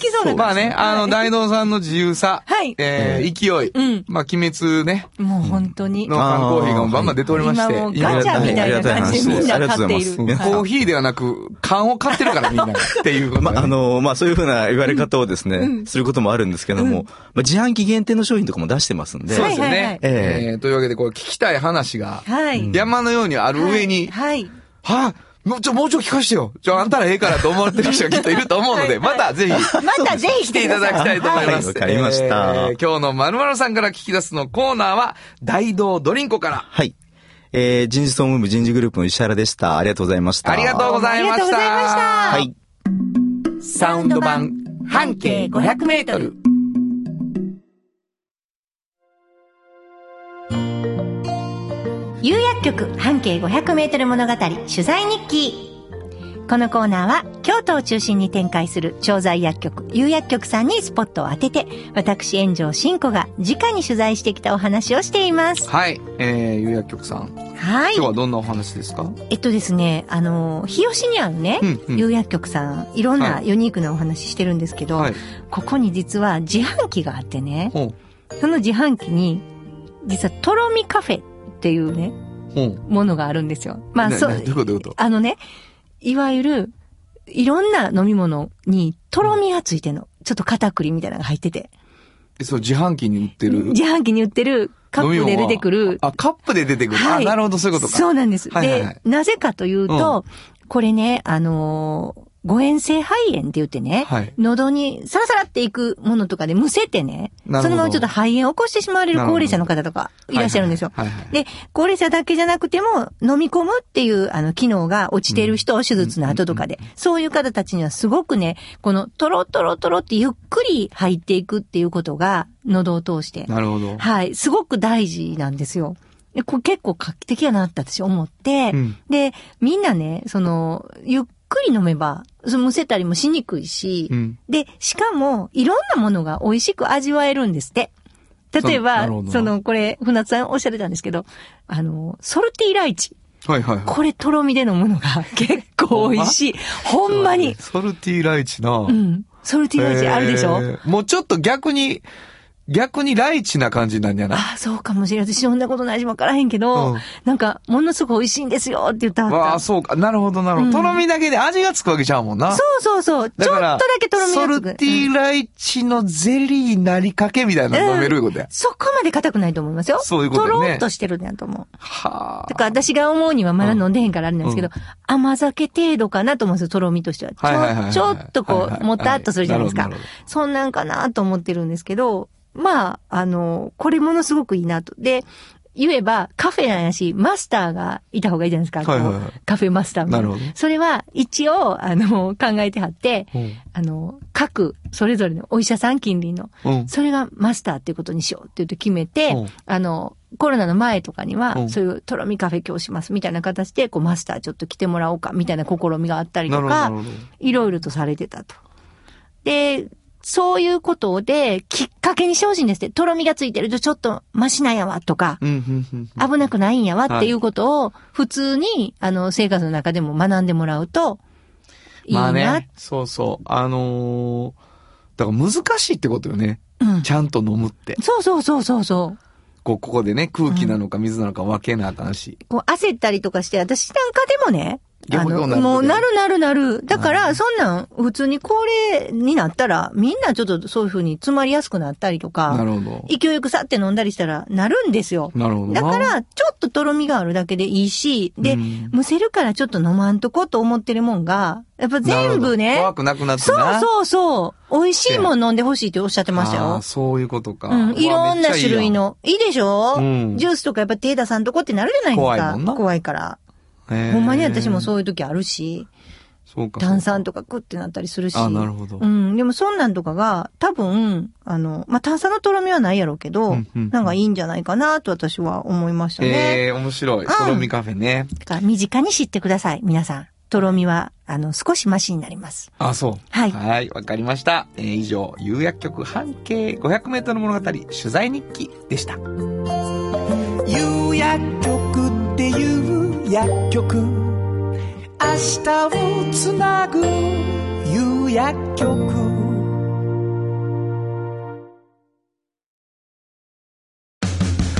S3: きそうな
S2: まあね、あの、大道さんの自由さ、
S3: はい
S2: えー勢い、
S3: うん
S2: まあ、鬼滅ね、
S3: もう本当に
S2: の。缶コーヒーがバンバン出ておりまし
S3: 今
S2: て、
S3: もうガチャみたいな感じでみんな買っている。
S6: ありがとうございます
S2: コー
S3: はい
S2: ヒーではなく、缶を買ってるからみんながっていうこと、ね。
S6: まあ、あの、まあ、そういうふうな言われ方をですね、することもあるんですけども、まあ、自販機限定の商品とかも出してますんで、
S2: そうですよね。
S3: はいはいはい
S2: えーというわけで、これ聞きたい話が、
S3: はい。
S2: 山のようにある上に、
S3: はい。
S2: はあもうちょ、もうちょい聞かしてよ。ちょ、あんたらええからと思ってる人がきっといると思うので、またぜひ、
S3: またぜひ
S2: 来
S3: 来
S2: て
S3: て
S2: い
S3: い
S2: た
S3: た
S2: だ
S3: だ
S2: き
S3: き
S2: た
S3: た
S2: い
S3: い
S2: と思います。
S6: はいわかりました
S2: えー今日のまるまるさんから聞き出すのコーナーは、大道ドリンコから。
S6: はい。えー、人事総務部人事グループの石原でした。ありがとうございました。
S2: ありがとうございました。
S3: ありがとうございました
S6: はい。
S2: サウンド版半径500メートル。
S3: 有薬局半径500メートル物語取材日記。このコーナーは京都を中心に展開する調剤薬局、有薬局さんにスポットを当てて、私炎上真子が直に取材してきたお話をしています。
S2: はい。えー、有薬局さん。
S3: はい
S2: 今日。はどんなお話ですか
S3: えっとですね、あの、日吉にあるね、
S2: うんうん
S3: 有薬局さん、いろんな
S2: はい
S3: ユニークなお話してるんですけど、
S2: はい。
S3: ここに実は自販機があってね、
S2: ほう。
S3: その自販機に、実はとろみカフェっていうね、
S2: ほう。
S3: ものがあるんですよ。まあ
S2: ね
S3: そう
S2: ねどういうことどういうこと
S3: あのね、いわゆる、いろんな飲み物にとろみがついてんの。ちょっと片栗みたいなのが入ってて。
S2: えそう、自販機に売ってる。
S3: 自販機に売ってるカップで出てく
S2: 飲み
S3: る
S2: 物。はあ、カップで出てくる。
S3: は
S2: あ、なるほど、そういうことか。
S3: そうなんです。
S2: はいはいはい
S3: で、なぜかというと、これね、あのー誤嚥性肺炎って言ってね、
S2: はい
S3: 喉にサラサラっていくものとかでむせてね、そ
S2: なるほど
S3: のままちょっと肺炎を起こしてしまわれる高齢者の方とかいらっしゃるんですよ。
S2: はいはいはいはい
S3: で、高齢者だけじゃなくても飲み込むっていうあの機能が落ちてる人、手術の後とかで、そういう方たちにはすごくね、このトロトロトロってゆっくり入っていくっていうことが喉を通して
S2: なるほど。
S3: はい、すごく大事なんですよ。でこれ結構画期的やなって私思って、
S2: うん
S3: で、みんなね、その、ゆっくり飲めば、そのむせたりもしにくいし、
S2: うん
S3: で、しかも、いろんなものが美味しく味わえるんですって。例え
S2: な
S3: ば
S2: るほ、ど
S3: その、これ、船津さんおっしゃってたんですけど、あの、ソルティライチ。
S2: はいはいはい。
S3: これ、とろみで飲むのが結構美味しい。ほんまに。
S2: ソルティライチな。
S3: うん。ソルティライチあるでしょ、
S2: えーもうちょっと逆に、逆にライチな感じなんじゃない
S3: ああ、そうかもしれない。私そんなことないし分からへんけど、
S2: うん
S3: なんか、ものすごく美味しいんですよって言った
S2: わ
S3: ら
S2: あ、そうか。なるほど、なるほど。とろみだけで味がつくわけちゃうもんな。
S3: そうそうそう。ちょっ
S2: だ
S3: と
S2: か
S3: だ
S2: ら
S3: けとろみがつく。
S2: ソルティーライチのゼリーなりかけみたいなの飲めるいうことや。
S3: そこまで硬くないと思いますよ。
S2: そういうことね
S3: とろっとしてるんやと思う。
S2: はあ。
S3: だから私が思うにはまだ飲んでへんからあれなんですけど、
S2: うん
S3: 甘酒程度かなと思うんですよ、とろみとしては。
S2: はいはいはいはい
S3: ちょちょっと
S2: はい
S3: こ
S2: はいは
S3: う、
S2: い
S3: もたっとするじゃないです
S2: な
S3: か
S2: るほどなる。
S3: そんなんかなと思ってるんですけど、まあ、あの、これものすごくいいなと。で、言えばカフェなんやし、マスターがいた方がいいじゃないですか。
S2: はいはいはい
S3: こうカフェマスターみたい
S2: なるほど
S3: それは一応、あの、考えてはって、
S2: うん
S3: あの、各、それぞれのお医者さん近隣の、
S2: うん。
S3: それがマスターっていうことにしようって言って決めて、
S2: うん
S3: あの、コロナの前とかに
S2: う
S3: は、
S2: ん
S3: そういうとろみカフェ今日しますみたいな形で、こうマスターちょっと来てもらおうかみたいな試みがあったり
S2: な
S3: と
S2: るほど、な
S3: か
S2: る、ほど。
S3: いろいろとされてたと。で、そういうことで、きっかけに精進ですね。とろみがついてるとちょっとマシなんやわとか、
S2: うん、うん、うん。
S3: 危なくないんやわっていうことを、普通に、あの、生活の中でも学んでもらうと、いい
S2: ま
S3: な、
S2: あね、そうそう。あのー、だから難しいってことよね。
S3: うん
S2: ちゃんと飲むって。
S3: そうそうそうそうそう。
S2: こう、ここでね、空気なのか水なのか分けなあかんし。
S3: こう焦ったりとかして、私なんかでもね、
S2: いや
S3: あ
S2: もう
S3: の、
S2: なる
S3: もう
S2: な
S3: なる
S2: る
S3: なるなる。だから、そんなん、普通に高齢になったら、みんなちょっとそういう風に詰まりやすくなったりと
S2: な
S3: か、
S2: るほど。
S3: 勢いよくさって飲んだりしたら、なるんですよ。
S2: なるほどな
S3: だから、ちょっととろみがあるだけでいいし、で、
S2: うん
S3: むせるからちょっと飲まんとこと思ってるもんが、やっ
S2: なるほ
S3: ぱ全
S2: ど
S3: 部ね、
S2: 怖くなくなって
S3: そう
S2: な。う。
S3: そうそう、美味しいもん飲んでほしいっておっしゃってましたよ。
S2: そういうことか。
S3: うん、いろんな種類の。いいでしょ、
S2: うん
S3: ジュースとかやっぱ手出さんとこってなるじゃないですか。
S2: 怖いもんな
S3: から。
S2: うわ。めっちゃいいやん
S3: ほんまに私も
S2: う。
S3: そういう時あるし、
S2: そうか。
S3: 炭酸
S2: と
S3: とかクってなったりするし。
S2: あなるほど
S3: うん、でもそんなんとかが、多分、あの、まあ、炭酸のとろみはないやろうけど、
S2: うんうんうん
S3: なんかいいんじゃないかなと私は思いましたね。
S2: ええー、面白い。
S3: ん
S2: とろみカフェね。
S3: だから身近に知ってください、皆さん。とろみは、あの、少しマシになります。
S2: あ、そう。
S3: はい
S2: はい、わかりました。えー以上、有薬局半径500メートル物語取材日記でした。
S4: 有薬局っていう薬局明日をつなぐ有薬局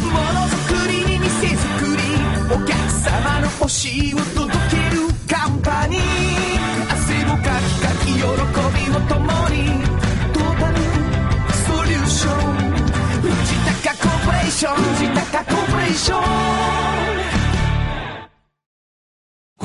S4: ものづくりに店づくりお客様の欲しいを届けるカンパニー汗をかきかき喜びを共にトータルソリューション藤高コーポレーション藤高コーポレーショ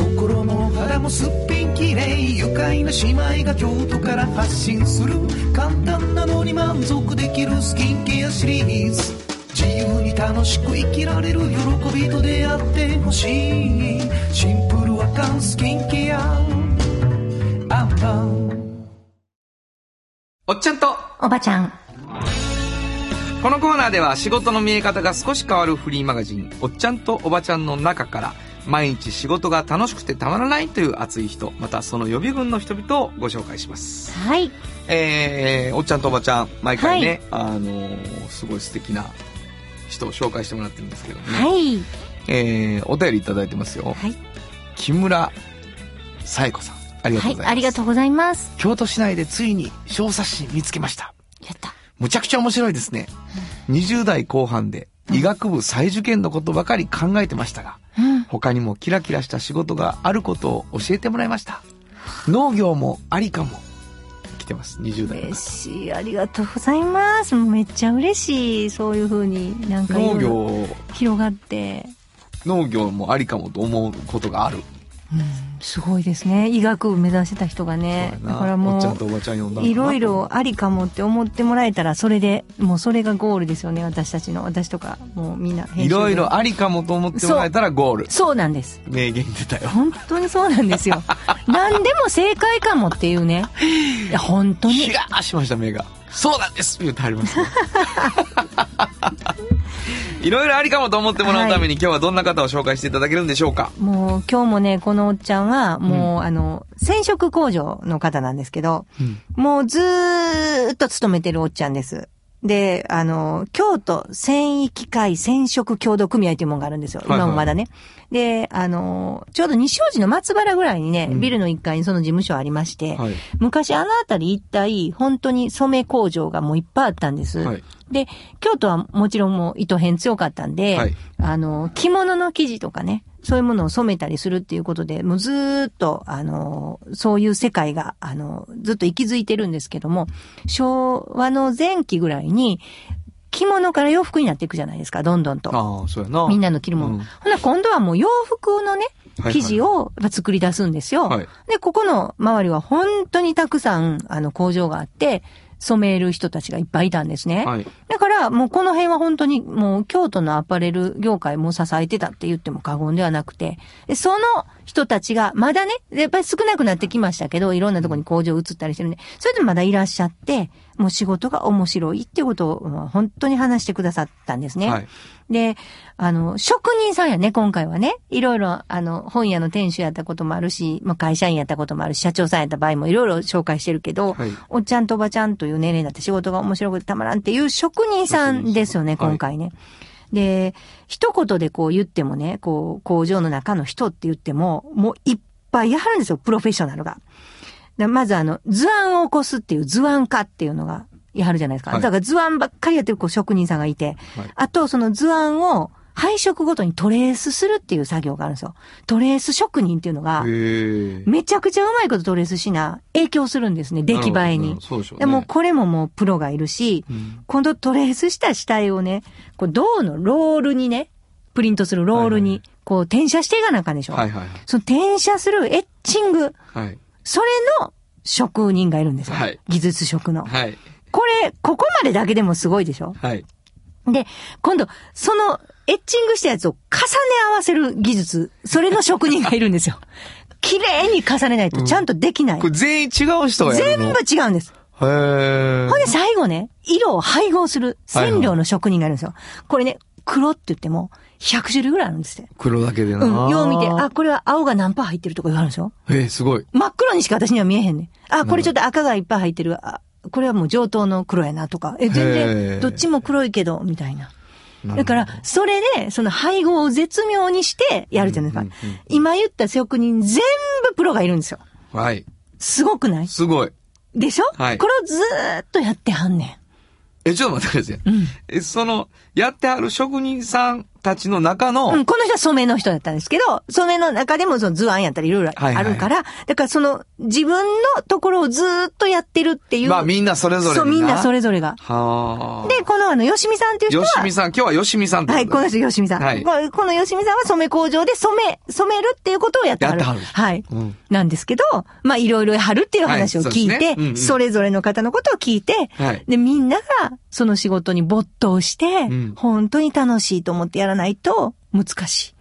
S4: ン心も肌もすっぴんきれい愉快な姉妹が京都から発信する簡単なのに満足できるスキンケアシリーズ自由に楽しく生きられる喜びと出会ってほしいシンプルアカンスキンケアアンパン
S2: おっちゃんと
S3: おばちゃん。
S2: このコーナーでは仕事の見え方が少し変わるフリーマガジン「おっちゃんとおばちゃん」の中から毎日仕事が楽しくてたまらないという熱い人またその予備軍の人々をご紹介します
S3: はい。
S2: えー、おっちゃんとおばちゃん毎回ね、あのーすごい素敵な人を紹介してもらってるんですけどね、
S3: はい。
S2: えー、お便りいただいてますよ
S3: はい。
S2: 木村紗恵子さんありがとうござい
S3: はい
S2: ます、。
S3: ありがとうございます。
S2: 京都市内でついに小冊子見つけました
S3: やった。
S2: むちゃくちゃ面白いですね。20代後半で医学部再受験のことばかり考えてましたが、
S3: うん。
S2: 他にもキラキラした仕事があることを教えてもらいました。農業もありかも。来てます、20代の
S3: 嬉
S2: 方。
S3: しいありがとうございますもうめっちゃ嬉しいそういう風になんかいろ
S2: 農
S3: いろ
S2: 業、
S3: 広がって
S2: 農業もありかもと思うことがある。
S3: すごいですね医学部目指してた人がね
S2: そうや
S3: だ
S2: な
S3: から
S2: お
S3: も
S2: っちゃんとお
S3: う
S2: ばちゃん呼んだのかない
S3: ろい。ろありかもって思ってもらえたらそれでもうそれがゴールですよね私たちの私とかもうみんない
S2: ろいろありかもと思ってもらえたらゴール。
S3: そうなんです
S2: 名言出たよ。
S3: 本当にそうなんですよ何でも正解かもっていうねいや本当に
S2: ヒヤーしました、目が。そうなんです言ってはり
S3: (laughs)
S2: ます (laughs) ね。いろいろありかもと思ってもらうために、今日はどんな方を紹介していただけるんでしょうか
S3: もう今日もね、このおっちゃんは、もう、あの、染色工場の方なんですけど、もうずーっと勤めてるおっちゃんです。で、あの、京都繊維機械染色協同組合というものがあるんですよ。
S2: いはい
S3: 今もまだね。で、あの、ちょうど西大路の松原ぐらいにね、ビルの1階にその事務所ありまして、
S2: はい
S3: 昔あの辺り一帯、本当に染め工場がもういっぱいあったんです。
S2: はい
S3: で、京都はもちろんもう糸編強かったんで、
S2: はい
S3: あの、着物の生地とかね、そういうものを染めたりするっていうことで、もうずーっと、あの、そういう世界が、あの、ずっと息づいてるんですけども、昭和の前期ぐらいに、着物から洋服になっていくじゃないですか、どんどんと。
S2: ああ、そうやな。
S3: みんなの着るもの。
S2: うん
S3: ほな、今度はもう洋服のね
S2: いは、い
S3: 生地をやっぱ作り出すんですよ。
S2: はい
S3: で、ここの周りは本当にたくさん、あの、工場があって、染める人たちがいっぱいいたんですね。
S2: はい
S3: だから、もうこの辺は本当に、もう京都のアパレル業界も支えてたって言っても過言ではなくて、でその人たちが、まだね、やっぱり少なくなってきましたけど、いろんなところに工場移ったりしてるんで、それでもまだいらっしゃって、もう仕事が面白いっていうことを、まあ本当に話してくださったんですね。
S2: はい
S3: で、あの、職人さんやね、今回はね。いろいろ、あの、本屋の店主やったこともあるし、まあ、会社員やったこともあるし、社長さんやった場合もいろいろ紹介してるけど、
S2: はい
S3: おっちゃんとおばちゃんという年齢になって仕事が面白くてたまらんっていう職人さんですよね、
S2: はい
S3: 今回ね。で、一言でこう言ってもね、こう、工場の中の人って言っても、もういっぱいやはるんですよ、プロフェッショナルが。でまずあの、図案を起こすっていう図案家っていうのがやはるじゃないですか。
S2: はい
S3: だから図案ばっかりやってるこう職人さんがいて、
S2: はい
S3: あとその図案を配色ごとにトレースするっていう作業があるんですよ。トレース職人っていうのが、
S2: へえ。
S3: めちゃくちゃうまいことトレースしな、影響するんですね、出来栄え
S2: なるほどなるほ
S3: に
S2: ど。そうでしょうね。
S3: でもうこれももうプロがいるし、
S2: うん
S3: 今度トレースした死体をね、こう銅のロールにね、プリントするロール
S2: はい
S3: に、こう転写していかなあかんでしょ。
S2: はいはい
S3: その転写するエッチング、
S2: はい。
S3: それの職人がいるんですよ。
S2: はい
S3: 技術職の。
S2: はい。
S3: これ、ここまでだけでもすごいでしょ
S2: はい。
S3: で、今度、その、エッチングしたやつを重ね合わせる技術、それの職人がいるん
S2: (laughs)
S3: ですよ。綺麗に重ねないとちゃんとできない。
S2: これ全員違う人がや
S3: 全
S2: る
S3: 部
S2: の
S3: 違うんです。
S2: 部へえ
S3: ほん。で最後ね、色を配合する染料の職人がいるんですよ。これね、黒って言っても、100種類ぐらいあるんですって。
S2: 黒だけでな。
S3: うん、よう見て、あ、これは青が何パー入ってるとか言われるんですよ。
S2: えー、すごい。
S3: 真っ黒にしか私には見えへんねん。あ、これちょっと赤がいっぱい入ってる。あ、これはもう上等の黒やなとか。え、全
S2: へー
S3: 然、どっちも黒いけど、みたいな。
S2: なる
S3: だ
S2: ほど
S3: から、それで、その配合を絶妙にしてやるじゃないですか。今言った職人全部プロがいるんですよ。
S2: はい。
S3: すごくない
S2: すごい。
S3: でしょ、
S2: はい
S3: これをずーっとやってはんねん。
S2: え、ちょっと待ってください。え、その、やってはる職人さんたちの中の、
S3: うん、この人は染めの人だったんですけど、染めの中でもその図案やったりいろいろ
S2: はい
S3: あるから、だからその自分のところをずーっとやってるっていう。
S2: まあみんなそれぞれ
S3: そう、みんなそ
S2: れ。
S3: れぞれが。
S2: はあ。
S3: で、このあの、吉見さんっていう人
S2: よ
S3: は、
S2: しみさん、今日はよしみさんって
S3: はい、
S2: こと
S3: こ
S2: だ
S3: の人、吉見さん。
S2: はい
S3: ここの吉見さんは染め工場で染め、染めるっていうことをやってはる。
S2: やってはる
S3: はい、
S2: うん
S3: なんですけど、まあ、いろいろやはるっていう話を
S2: はい
S3: 聞いて、
S2: そうですね
S3: そ
S2: うんうん
S3: れぞれの方のことを聞いて、
S2: はい
S3: で、みんながその仕事に没頭して、
S2: ん
S3: 本当に楽しいと思ってやらないと難しい。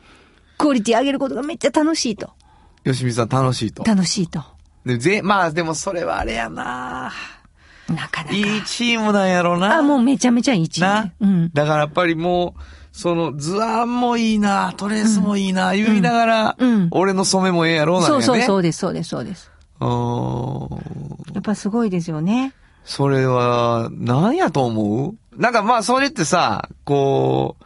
S3: クオリティ上げることがめっちゃ楽しいと。
S2: よしみさん楽しいと。
S3: 楽しいと。
S2: で、ぜ、まあでもそれはあれやな
S3: なかなか。
S2: いいチームなんやろな。
S3: あ、もうめちゃめちゃいいチーム
S2: な、
S3: うん。
S2: だからやっぱりもう、その図案もいいな、トレースもいいな、言いながら、
S3: うん
S2: 俺の染めもええやろうなんや
S3: そう
S2: ね。
S3: そうそうです、そうです、そうです。
S2: うーん
S3: やっぱすごいですよね。
S2: それは、なんやと思うなんかまあそれってさ、こう、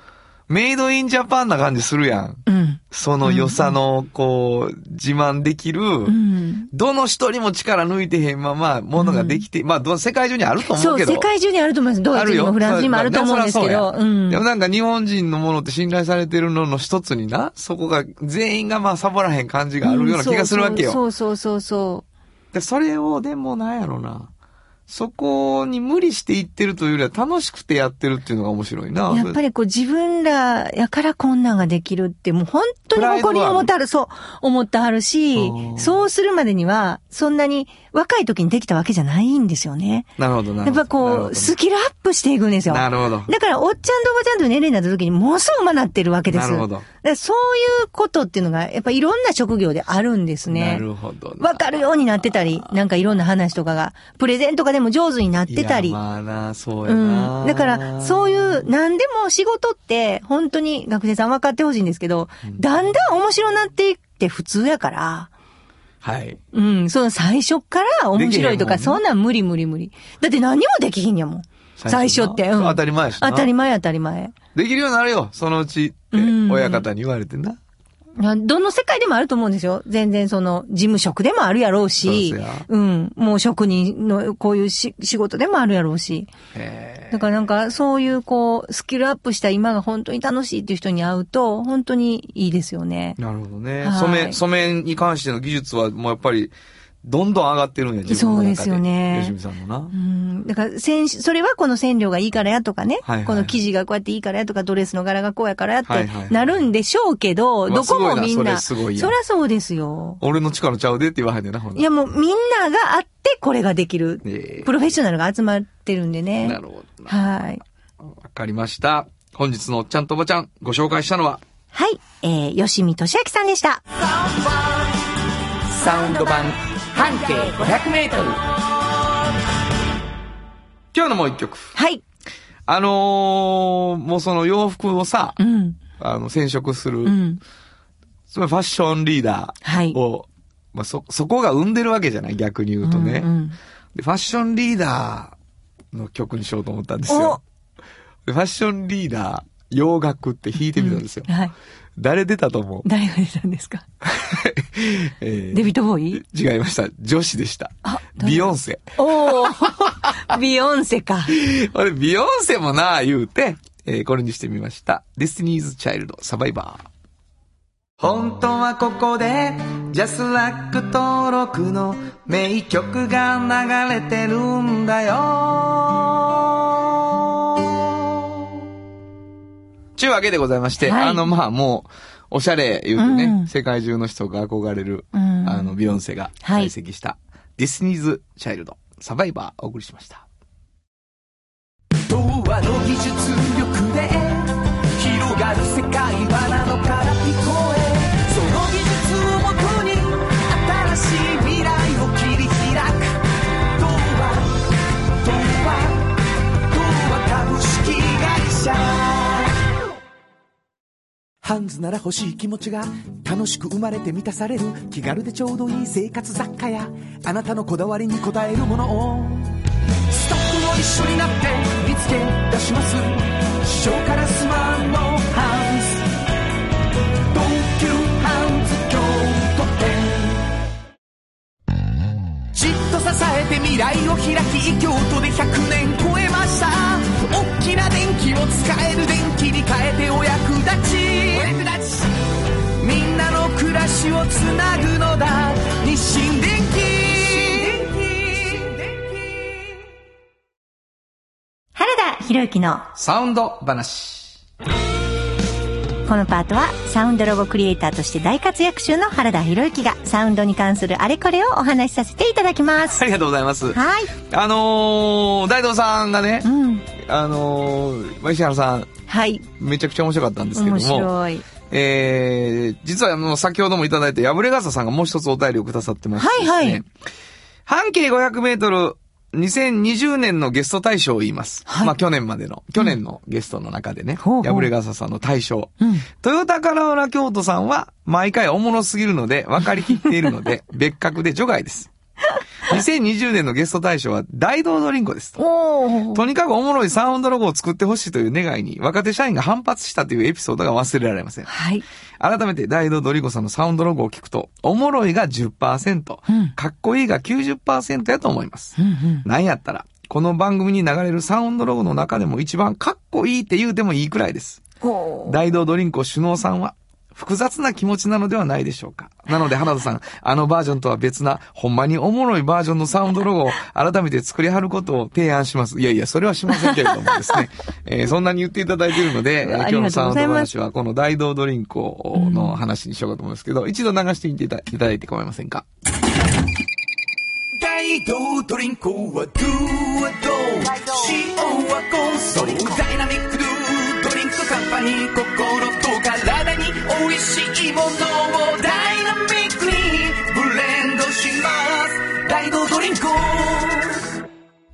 S2: メイドインジャパンな感じするやん。
S3: うん。
S2: その良さの、こう、自慢できる、
S3: うん。
S2: どの人にも力抜いてへんまま、ものができて、まあど、世界中にあると思
S3: そうう、
S2: けど。
S3: 世界中にあると思います。ドイ
S2: あ
S3: ツ
S2: る
S3: に
S2: よ。
S3: もフランスにもあると思うんですけ
S2: まあ
S3: ど。
S2: そら
S3: う
S2: そや
S3: ん。
S2: でもなんか日本人のものって信頼されてるのの一つにな、そこが全員がまあサボらへん感じがあるような気がするわけよ。
S3: そうそうそうそう
S2: で、それを、でもなんやろな。そこに無理していってるというよりは楽しくてやってるっていうのが面白いな。
S3: そう。やっぱりこう自分らやからこんなんができるって、もう本当に誇りに思ってはる、そう、思ってはるし
S2: うん、
S3: そうするまでには、そんなに若い時にできたわけじゃないんですよね。
S2: なるほどなる
S3: やっ
S2: ほど。
S3: ぱこう、スキルアップしていくんですよ。
S2: なるほど。
S3: だから、おっちゃんとおばちゃんという年齢になった時に、ものすごく上手なってるわけです。
S2: なるほど
S3: だからそういうことっていうのが、やっぱいろんな職業であるんですね。
S2: なるほどな。
S3: わかるようになってたり、なんかいろんな話とかが、プレゼンとかでも上手になってた
S2: い
S3: り。
S2: やまあな、そう
S3: う
S2: やな。
S3: ん。だから、そういう、何でも仕事って、本当に学生さん分かってほしいんですけど、だんだん面白なっていって普通やから、
S2: はい。
S3: うん、その最初から面白いとか、
S2: できへんも
S3: そ
S2: んね
S3: んなん無理無理無理。だって何もできひんやもん。最初って。
S2: な
S3: うん。
S2: 当たり前やしな
S3: 当たり前当たり前。
S2: できるようになるよ、そのうちって
S3: う、ん
S2: 親方に言われてな。
S7: いやどの世界でもあると思うんですよ。全然その、事務職でもあるやろうし
S2: そうですよ、
S7: うん、もう職人のこういうし仕事でもあるやろうし。だからなんか、そういうこう、スキルアップした今が本当に楽しいっていう人に会うと、本当にいいですよね。
S2: なるほどね
S7: はい。
S2: 染め、染めに関しての技術はもうやっぱり、どんどん上がってるんや、自分の中で。
S7: そうですよね
S2: 吉見さんのな
S7: う。ん、だから、線、それはこの線量がいいからやとかね、
S2: はいはい
S7: この生地がこうやっていいからやとか、ドレスの柄がこうやからやっ
S2: はい
S7: て
S2: はいはい
S7: なるんでしょうけど、
S2: うわ
S7: どこもみんな、
S2: すごいなそれすごいやん
S7: りゃそうですよ。
S2: 俺の力ちゃうでって言わへんでな、ほん
S7: いやもうみんながあってこれができる。
S2: ええ
S7: プロフェッショナルが集まってるんでね。
S2: なるほどな。
S7: はい。
S2: わかりました。本日のおっちゃんとおばちゃん、ご紹介したのは、
S3: はい、えー、吉見俊明さんでした。
S5: サウンド版半径500メートル
S2: 今日のもう一曲。
S7: はい。
S2: あのー、もうその洋服をさ、
S7: うん。
S2: あの、染色する、
S7: うん。
S2: つまりファッションリーダ
S7: はい
S2: ー。を、まあ、そ、そこが生んでるわけじゃない逆に言うとね、
S7: うんうん
S2: で。ファッションリーダーの曲にしようと思ったんです
S7: お
S2: よ。でファッションリーダー、洋楽って弾いてみたんですよ。
S7: はい。
S2: 誰出たと思う、
S7: 誰が出たんですか
S2: えー
S7: デビットボーイ
S2: 違いました。女子でした
S7: あ。誰
S2: ビヨンセ。
S7: おお (laughs) ビヨンセか。
S2: (laughs) あれ、ビヨンセもなあ言うて、えーこれにしてみました。ディスティニーズ・チャイルド、サバイバー。
S5: 本当はここでジャスラック登録の名曲が流れてるんだよ
S2: ちゅうわけでございまして、
S7: はい
S2: あの、まあ、もう、おしゃれ言うてね、
S7: うん
S2: 世界中の人が憧れる、
S7: ん
S2: あの、ビヨンセが
S7: はい
S2: 在籍した、ディスニーズ・チャイルド、サバイバー、お送りしました。
S4: 童話の技術力で広がる世界はなのから聞こえその技術をもとに新しい未来を切り開く童話童話童話株式会社ハンズなら欲しい気持ちが楽しく生まれて満たされる気軽でちょうどいい生活雑貨やあなたのこだわりに応えるものをスタッフも一緒になって見つけ出します小からスマートハウス東急ハウス京都店じっと支えて未来を開き京都で100年超えました大きな電気を使える電気に変えてお役立ちお役立ちみんなの暮らしをつなぐのだ日清電気
S3: 原田博之の
S2: サウンド話。
S3: このパートはサウンドロゴクリエイターとして大活躍中の原田博之がサウンドに関するあれこれをお話しさせていただきます。
S2: ありがとうございます。
S3: はい。
S2: あのー、大道さんがね
S3: う、ん。
S2: あのー、まあ石原さん、
S7: はい。
S2: めちゃくちゃ面白かったんですけど
S7: 面
S2: も、
S7: 白い。
S2: えー、実はあの、先ほどもいただいて、破れ傘さんがもう一つお便りをくださってましてです、ね、
S7: はいはい
S2: 半径500メートル、2020年のゲスト大賞を言います。
S7: はい
S2: まあ去年までの、去年のゲストの中でね、
S7: ほうほう
S2: 破れ傘さんの大賞。
S7: うん。
S2: トヨタカローラ京都さんは、毎回おもろすぎるので、分かりきっている
S7: (laughs)
S2: ので、別格で除外です。2020年のゲスト大賞は、大道ドリンコですと。
S7: おお。
S2: とにかくおもろいサウンドロゴを作ってほしいという願いに、若手社員が反発したというエピソードが忘れられません。
S7: はい。
S2: 改めて、大道ドリゴさんのサウンドロゴを聞くと、おもろいが10%、
S7: ん
S2: かっこいいが90%やと思います。
S7: うんうん。
S2: なんやったら、この番組に流れるサウンドロゴの中でも一番かっこいいって言うてもいいくらいです。
S7: おー
S2: 大道ドリンコ首脳さんは、複雑な気持ちなのではないでしょうか。なので、花田さん、あのバージョンとは別な、ほんまにおもろいバージョンのサウンドロゴを改めて作りはることを提案します。いやいや、それはしませんけれどもですね。 (laughs) えーそんなに言っていただいているので、えー
S7: うわ
S2: 今日のサウン
S7: ありがとう
S2: ド
S7: ございま
S2: 話は、この大道ドリンコの話にしようかと思うんですけど、一度流してみていたいただいて構いませんか。
S4: 大道ドリンクはドゥはドゥ塩はコンソーダイナミックドゥドリンクカンパニー心と体に美味しいものをダイナミックにブレンドします大道ドリンク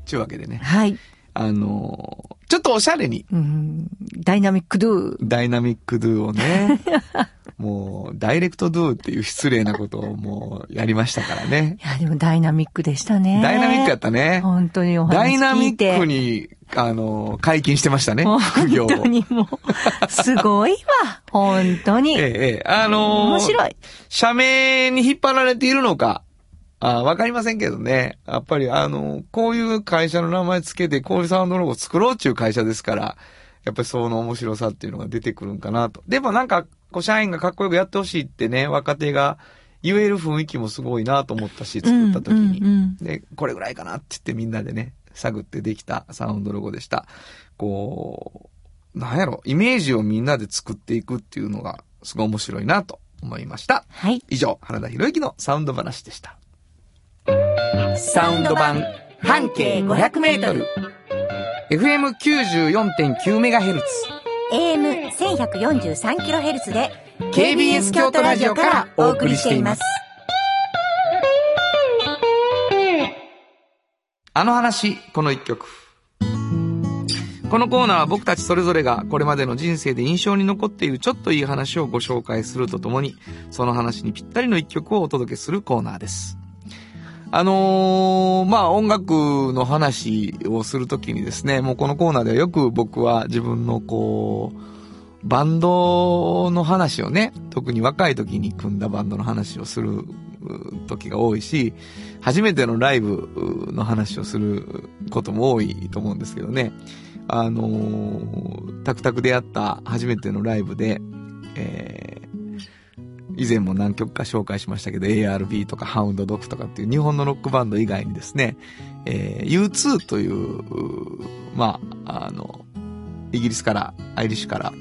S2: ちゅうわけでね。
S7: はい。
S2: あのーちょっとおしゃれに、
S7: うん。ダイナミックドゥ。 (laughs)
S2: ダイナミックドゥをね、もう、ダイレクトドゥっていう失礼なことをもう、やりましたからね。
S7: いや、でもダイナミックでしたね。
S2: ダイナミックやったね。
S7: 本当にお
S2: ダ
S7: 話聞い
S2: イ
S7: て。
S2: ナミックに、あの、解禁してましたね、副業を。
S7: 本当にもう、すごいわ。本当に。
S2: ええ、ええ、あのー
S7: 面白い。
S2: 社名に引っ張られているのか、あわかりませんけどね。やっぱり、あのーこういう会社の名前つけて、こういうサウンドロゴ作ろうっていう会社ですから、やっぱりその面白さっていうのが出てくるんかなと。でもなんか、こう社員がかっこよくやってほしいってね、若手が言える雰囲気もすごいなと思ったし、作った時に。
S7: うんうんうん
S2: で、これぐらいかなって言ってみんなでね、探ってできたサウンドロゴでした。こう、なんやろ、イメージをみんなで作っていくっていうのが、すごい面白いなと思いました。
S3: はい。
S2: 以上、原田博之のサウンド話でした。
S5: サウンド版半径500メートル。FM94.9 メガヘルツ。
S3: AM 1143キロヘルツで
S5: KBS 京都ラジオからお送りしています。
S2: あの話、この一曲。このコーナーは僕たちそれぞれがこれまでの人生で印象に残っているちょっといい話をご紹介するとともに、その話にぴったりの一曲をお届けするコーナーです。あのーまあ、音楽の話をするときにですね、もうこのコーナーではよく僕は自分のこう、バンドの話をね、特に若い時に組んだバンドの話をするう時が多いし、初めてのライブの話をすることも多いと思うんですけどね。あのータクタクでやった初めてのライブで、えー以前も何曲か紹介しましたけど、ARB とかハウンドドッグとかっていう日本のロックバンド以外にですね、えー U2 という、うーまあ、あの、イギリスから、アイリッシュから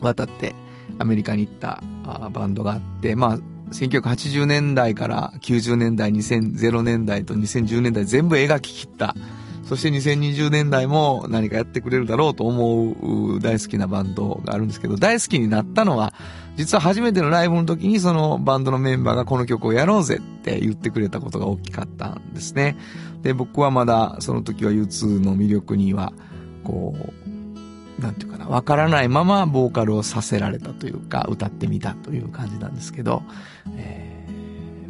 S2: 渡ってアメリカに行ったあバンドがあって、まあ、1980年代から90年代、2000年代と2010年代全部描き切った。そして2020年代も何かやってくれるだろうと思う大好きなバンドがあるんですけど、大好きになったのは、実は初めてのライブの時にそのバンドのメンバーがこの曲をやろうぜって言ってくれたことが大きかったんですね。で、僕はまだその時は U2 の魅力には、こう、なんていうかな、わからないままボーカルをさせられたというか、歌ってみたという感じなんですけど、え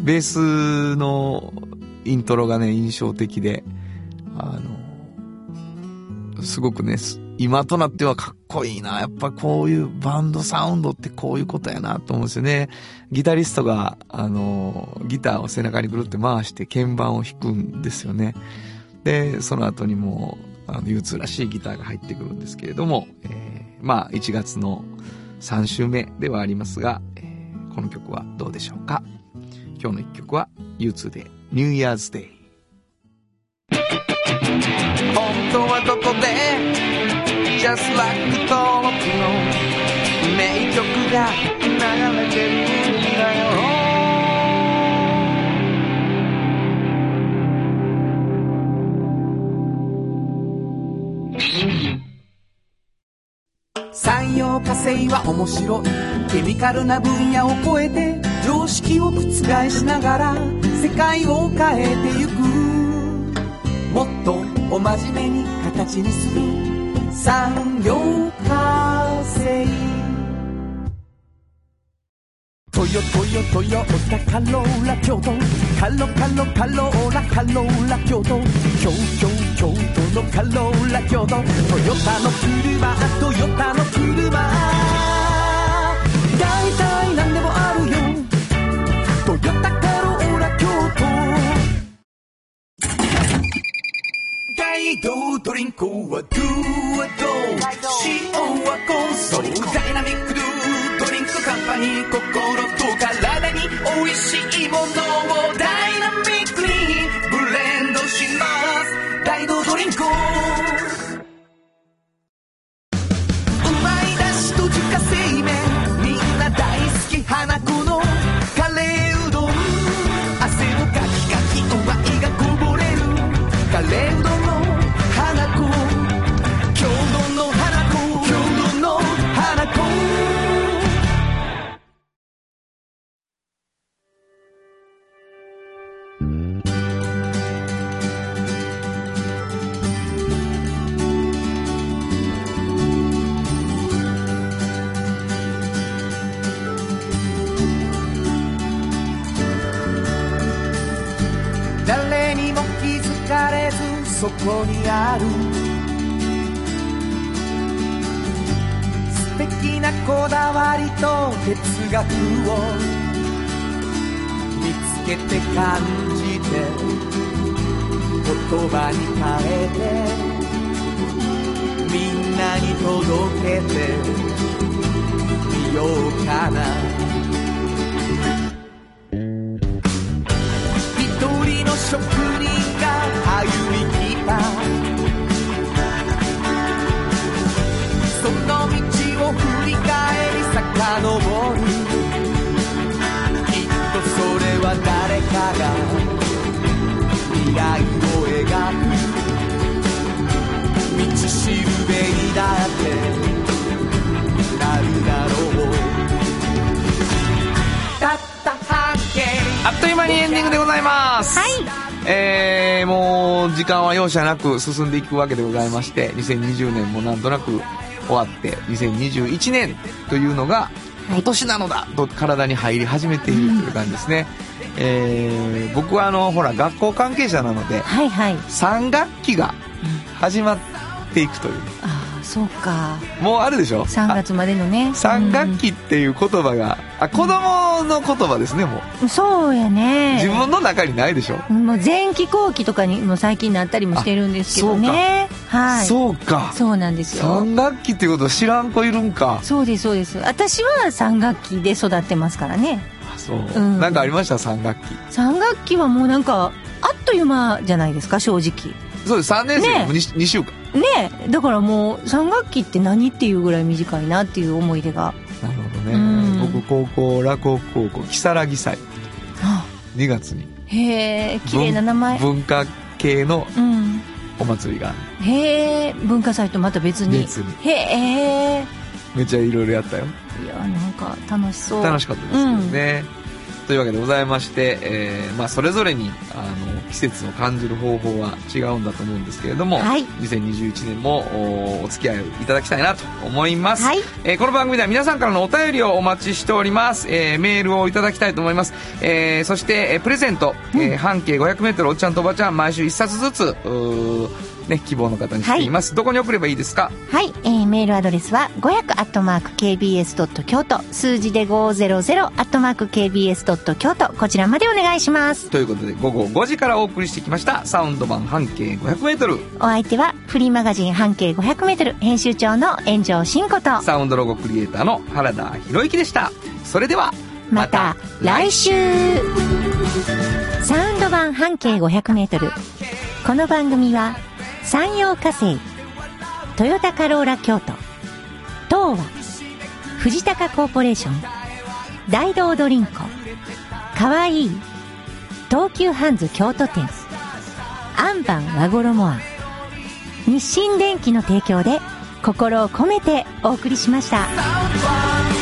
S2: ーベースのイントロがね、印象的で、あの、すごくね、す今となってはかっこいいな。やっぱこういうバンドサウンドってこういうことやなと思うんですよね。ギタリストが、あの、ギターを背中にぐるって回して鍵盤を弾くんですよね。で、その後にもう、あの、U2 らしいギターが入ってくるんですけれども、えーまあ、1月の3週目ではありますが、えーこの曲はどうでしょうか今日の1曲は U2 で New Year's Day。本当はどこで Just like the t o の名曲が流れてるんだよ
S4: 産業化成は面白いケミカルな分野を超えて常識を覆しながら世界を変えてゆくもっとお真面目に形にする産業化成トヨトヨトヨタカローラ京都カロカロカローラカローラ京都京京京都のカローラ京都トヨタの車トヨタの車だいたいなんでもあるよトヨタカローラ京都大道ドリンクはドゥはドゥ塩はコンソールダイナミックドゥドリンクカンパニー心と体に美味しいものをダイナミックにブレンドします大道ドリンクをうまいだしと自家製麺みんな大好き花子のカレーうどん汗をかきかきおわいがこぼれるカレーうどんの花子郷土の花子郷土の花子そこにある素敵なこだわりと哲学を見つけて感じて言葉に変えてみんなに届けてみようかな一人の職人が歩み来たその道を振り返り遡るきっとそれは誰かが未来を描く道しるべにだってなるだろうたった半径
S2: あっという間にエンディングでございます。
S3: は
S2: えー、もう時間は容赦なく進んでいくわけでございまして、2020年もなんとなく終わって、2021年というのが今年なのだと体に入り始めているという感じですね。えー、僕はあの、ほら、学校関係者なので、
S7: はいはい。
S2: 3学期が始まっていくという。
S7: ああ、そうか。
S2: もうあるでしょ
S7: 3月までのね。
S2: 3
S7: うん
S2: 学期っていう言葉が、あ、子供の言葉ですね、もう。
S7: そうやね。
S2: 自分の中にないでしょ。
S7: もう前期後期とかにも最近なったりもしてるんですけどね。はい。そう
S2: そうか。
S7: なんですよ。
S2: 三学期っていうことは知らん子いるんか。
S7: そうですそうです。私は3学期で育ってますからね。
S2: そう。
S7: ん
S2: なんかありました三学期。
S7: 3学期はもうなんか、あっという間じゃないですか、正直。
S2: そうです。三年生
S7: ねえ
S2: も 2, 週間。
S7: ねえだからもう3学期って何っていうぐらい短いなっていう思い出が。
S2: なるほ
S7: う
S2: ど
S7: ん
S2: ね。僕高校落語高校木更木祭
S7: あ
S2: 2月に
S7: へえ、綺麗な名前。
S2: 文化系の
S7: うん。
S2: お祭りが
S7: へえ、文化祭とまた別に。
S2: 別に
S7: へえ。
S2: めっちゃいろいろやったよ。
S7: いや、なんか楽しそう。
S2: 楽しかったですけどね。というわけでございまして、えーまあそれぞれにあの季節を感じる方法は違うんだと思うんですけれども、
S3: はい
S2: 2021年もおお付き合いいただきたいなと思います。
S3: はい
S2: えーこの番組では皆さんからのお便りをお待ちしております、えーメールをいただきたいと思います、えーそして、えープレゼント、えー半径 500m おっちゃんとおばちゃん毎週1冊ずつうーね、希望の方にしています、どこに送ればいいですか
S3: はい、えーメールアドレスは500アットマーク KBS ドット京都数字で500アットマーク KBS ドット京都こちらまでお願いします
S2: ということで午後5時からお送りしてきましたサウンド版半径 500m
S3: お相手はフリーマガジン半径 500m 編集長の炎上真子と
S2: サウンドロゴクリエイターの原田博之でしたそれでは
S3: また来週サウンド版半径 500m この番組は山陽火星トヨタカローラ京都東和藤高コーポレーション大道ドリンクかわいい東急ハンズ京都店アンバン和衣ア日清電機の提供で心を込めてお送りしました。
S4: 「サウンドワン